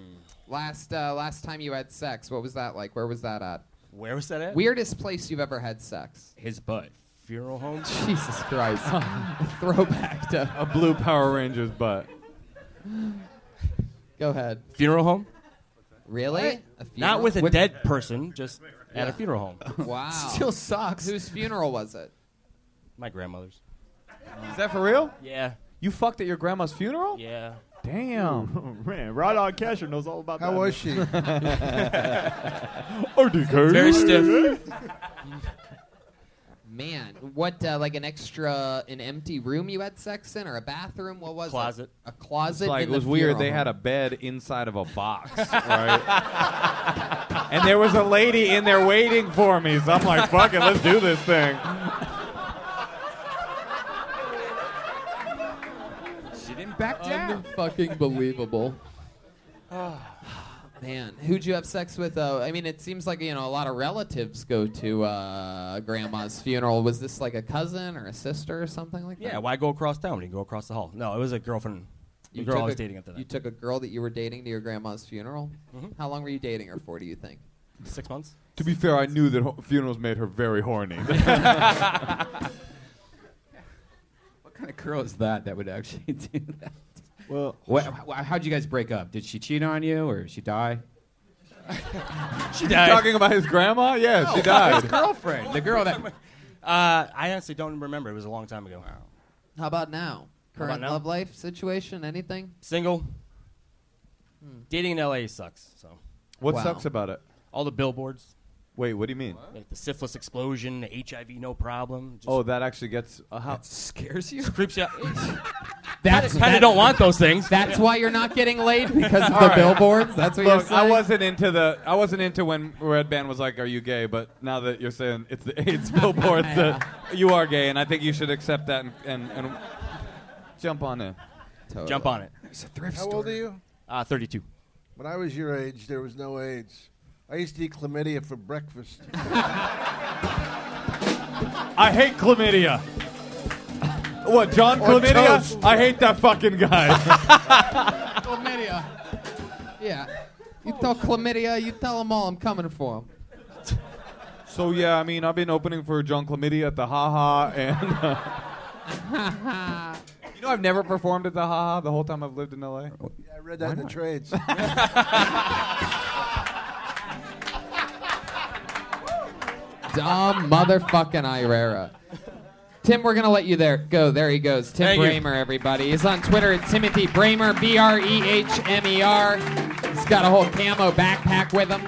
Speaker 3: Last uh, last time you had sex, what was that like? Where was that at?
Speaker 31: Where was that at?
Speaker 3: Weirdest place you've ever had sex.
Speaker 31: His butt. Funeral home.
Speaker 3: Jesus Christ. Throwback to
Speaker 4: a blue Power Ranger's butt.
Speaker 3: Go ahead.
Speaker 31: Funeral home?
Speaker 3: Really? A
Speaker 31: Not
Speaker 3: funeral?
Speaker 31: with a dead person, just at a
Speaker 3: Yeah.
Speaker 31: funeral home.
Speaker 3: Wow. Still sucks. Whose funeral was it?
Speaker 31: My grandmother's.
Speaker 4: Is that for real?
Speaker 31: Yeah.
Speaker 4: You fucked at your grandma's funeral?
Speaker 31: Yeah.
Speaker 6: Damn. Man, Rod on Kesher knows all about
Speaker 4: How
Speaker 6: that.
Speaker 4: was she?
Speaker 6: Curry.
Speaker 31: Very stiff.
Speaker 3: Man, what uh, like an extra an empty room you had sex in or a bathroom? What was
Speaker 31: Closet.
Speaker 3: it? A closet.
Speaker 4: It's like,
Speaker 3: in
Speaker 4: it
Speaker 3: the
Speaker 4: was weird.
Speaker 3: funeral
Speaker 4: They had a
Speaker 3: home.
Speaker 4: bed inside of a box, right? and there was a lady in there waiting for me. So I'm like, fuck it, let's do this thing.
Speaker 2: She didn't back down.
Speaker 3: Fucking believable. Man, who'd you have sex with? Uh, I mean, it seems like you know a lot of relatives go to uh, grandma's funeral. Was this like a cousin or a sister or something like that?
Speaker 31: Yeah, why go across town when you can go across the hall? No, it was a girlfriend. The girl I
Speaker 3: took
Speaker 31: was
Speaker 3: a-
Speaker 31: dating at the time.
Speaker 3: You
Speaker 31: Mm-hmm.
Speaker 3: took a girl that you were dating to your grandma's funeral. How long were you dating her for? Do you think?
Speaker 31: Six months.
Speaker 4: To be fair, I knew that ho- funerals made her very horny.
Speaker 2: What kind of girl is that that would actually do that?
Speaker 6: Well,
Speaker 2: what, wh- how'd you guys break up? Did she cheat on you or she die?
Speaker 31: She
Speaker 4: You talking about his grandma? Yeah, she died.
Speaker 2: His girlfriend, the girl that.
Speaker 31: Uh, I honestly don't remember. It was a long time ago.
Speaker 3: How about now?
Speaker 31: How about
Speaker 3: Current
Speaker 31: now?
Speaker 3: love life situation? Anything?
Speaker 31: Single.
Speaker 3: Hmm.
Speaker 31: Dating in LA sucks. So.
Speaker 4: What sucks about it?
Speaker 31: All the billboards.
Speaker 4: Wait, what do you mean?
Speaker 31: Like the syphilis explosion, the HIV no problem. Just
Speaker 4: Oh, that actually gets. Uh, how,
Speaker 3: scares you.
Speaker 31: Creeps you out.
Speaker 3: That's-
Speaker 31: kind
Speaker 3: that-
Speaker 31: of don't want those things.
Speaker 3: That's why you're not getting laid because of the
Speaker 4: All right.
Speaker 3: billboards. That's what
Speaker 4: Look,
Speaker 3: you're saying.
Speaker 4: I wasn't into the. I wasn't into when Red Band was like, "Are you gay?" But now that you're saying it's the AIDS billboards, that you are gay, and I think you should accept that and and, and jump on it.
Speaker 31: Jump on it.
Speaker 5: It's a thrift How old store. are you?
Speaker 31: Uh, 32.
Speaker 5: When I was your age, there was no AIDS. I used to eat chlamydia for breakfast.
Speaker 4: I hate chlamydia. What, John
Speaker 5: Or
Speaker 4: Chlamydia?
Speaker 5: toast.
Speaker 4: I hate that fucking guy.
Speaker 8: uh,
Speaker 3: Chlamydia. Yeah. You tell chlamydia, you tell them all I'm coming for 'em.
Speaker 4: So yeah, I mean, I've been opening for John Chlamydia at the Haha, and uh, you know, I've never performed at the Haha the whole time I've lived in LA. Yeah,
Speaker 5: I read that in the trades. Oh,
Speaker 3: Dumb motherfucking Irera. Tim, we're gonna let you there. Go. There he goes. Tim
Speaker 12: Thank you.
Speaker 3: Bramer, everybody. He's on Twitter at Timothy Bramer, B R E H M E R. He's got a whole camo backpack with him.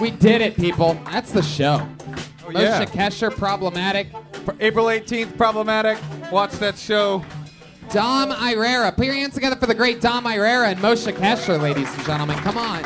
Speaker 3: We did it, people. That's the show.
Speaker 4: Oh, yeah.
Speaker 3: Moshe Kesher, problematic.
Speaker 4: April 18th, problematic. Watch that show.
Speaker 3: Dom Irera. Put your hands together for the great Dom Irera and Moshe Kesher, ladies and gentlemen. Come on.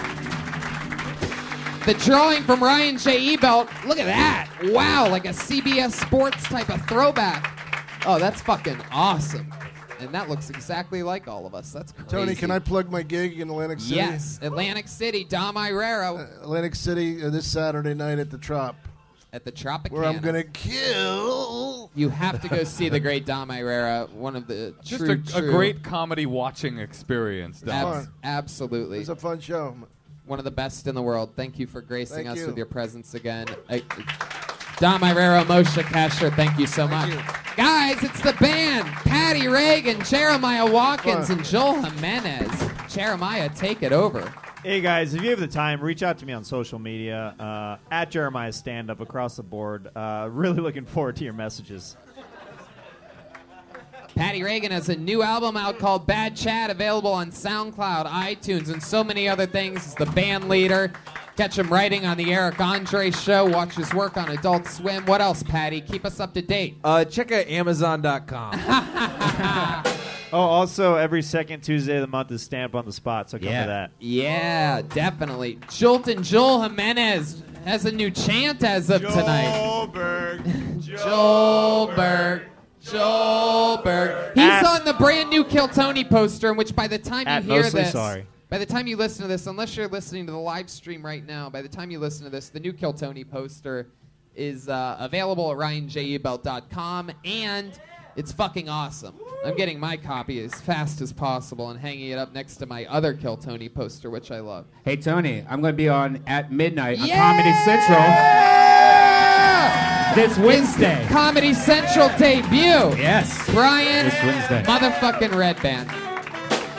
Speaker 3: The drawing from Ryan J. Ebelt. Look at that. Wow, like a CBS Sports type of throwback. Oh, that's fucking awesome. And that looks exactly like all of us. That's crazy.
Speaker 5: Tony, can I plug my gig in Atlantic City?
Speaker 3: Yes, Atlantic City, Dom Irera.
Speaker 5: Uh, Atlantic City uh, this Saturday night at the Trop.
Speaker 3: At the Tropicana.
Speaker 5: Where I'm gonna kill.
Speaker 3: You have to go see the great Dom Irera, one of the
Speaker 4: Just
Speaker 3: true,
Speaker 4: a, a
Speaker 3: true-
Speaker 4: great comedy watching experience. Dom.
Speaker 3: Abs- absolutely. It was a
Speaker 5: fun show.
Speaker 3: One of the best in the world. Thank you for gracing
Speaker 5: Thank
Speaker 3: us
Speaker 5: you.
Speaker 3: with your presence again. I- Dom Irero, Moshe Kasher, thank you so much. Guys, it's the band Patty Reagan, Jeremiah Watkins, and Joel Jimenez. Jeremiah, take it over.
Speaker 6: Hey guys, if you have the time, reach out to me on social media uh, at Jeremiah Stand Up across the board. Uh, really looking forward to your messages.
Speaker 3: Patty Reagan has a new album out called Bad Chat, available on SoundCloud, iTunes, and so many other things. He's the band leader. Catch him writing on the Eric Andre show. Watch his work on Adult Swim. What else, Patty? Keep us up to date.
Speaker 1: Uh, check out Amazon.com.
Speaker 6: Oh, also every second Tuesday of the month is Stand Up on the Spot, so come
Speaker 3: Yeah.
Speaker 6: to that.
Speaker 3: Yeah, definitely. Jolton Joel Jimenez has a new chant as of tonight. Joelberg. Joelberg. He's
Speaker 8: At-
Speaker 3: on the brand new Kill Tony poster, in which by the time
Speaker 6: At
Speaker 3: you hear
Speaker 6: mostly
Speaker 3: this,
Speaker 6: sorry.
Speaker 3: by the time you listen to this, unless you're listening to the live stream right now, by the time you listen to this, the new Kill Tony poster is uh, available at ryanjebelt.com and it's fucking awesome. I'm getting my copy as fast as possible and hanging it up next to my other Kill Tony poster, which I love.
Speaker 2: Hey Tony, I'm gonna be on at midnight on
Speaker 3: Yeah!
Speaker 2: Comedy Central this Wednesday.
Speaker 3: His Comedy Central debut.
Speaker 2: Yes.
Speaker 3: Brian
Speaker 2: This Wednesday.
Speaker 3: motherfucking Red Band.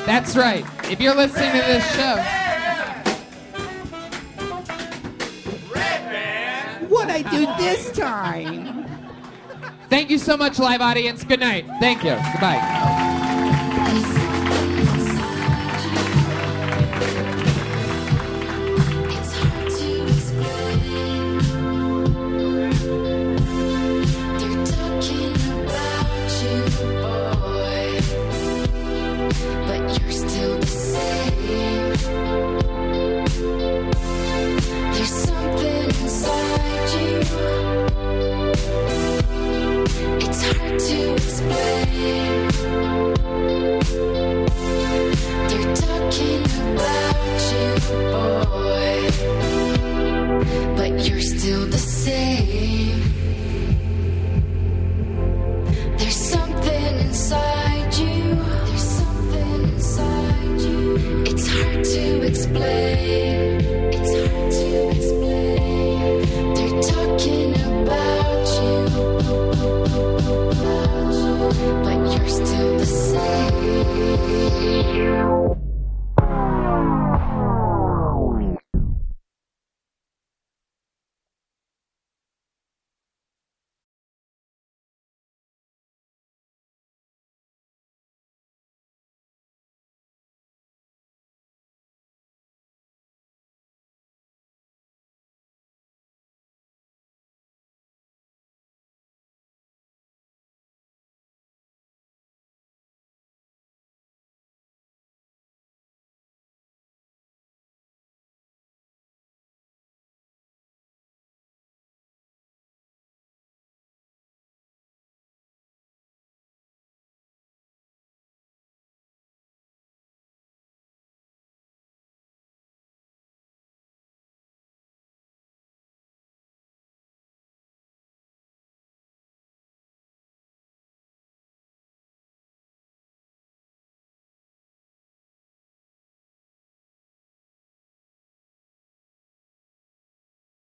Speaker 3: That's right. If you're listening to this show,
Speaker 8: What I do this time?
Speaker 3: thank you so much, live audience. Good night. Thank you. Goodbye.
Speaker 8: It's hard to explain. They're talking about you, boy, but you're still the same. There's something inside you. It's hard to explain. They're talking about you, boy, but you're still the same. There's something inside you. There's something inside you. It's hard to explain. It's hard to explain. They're talking about you, but you're still the same.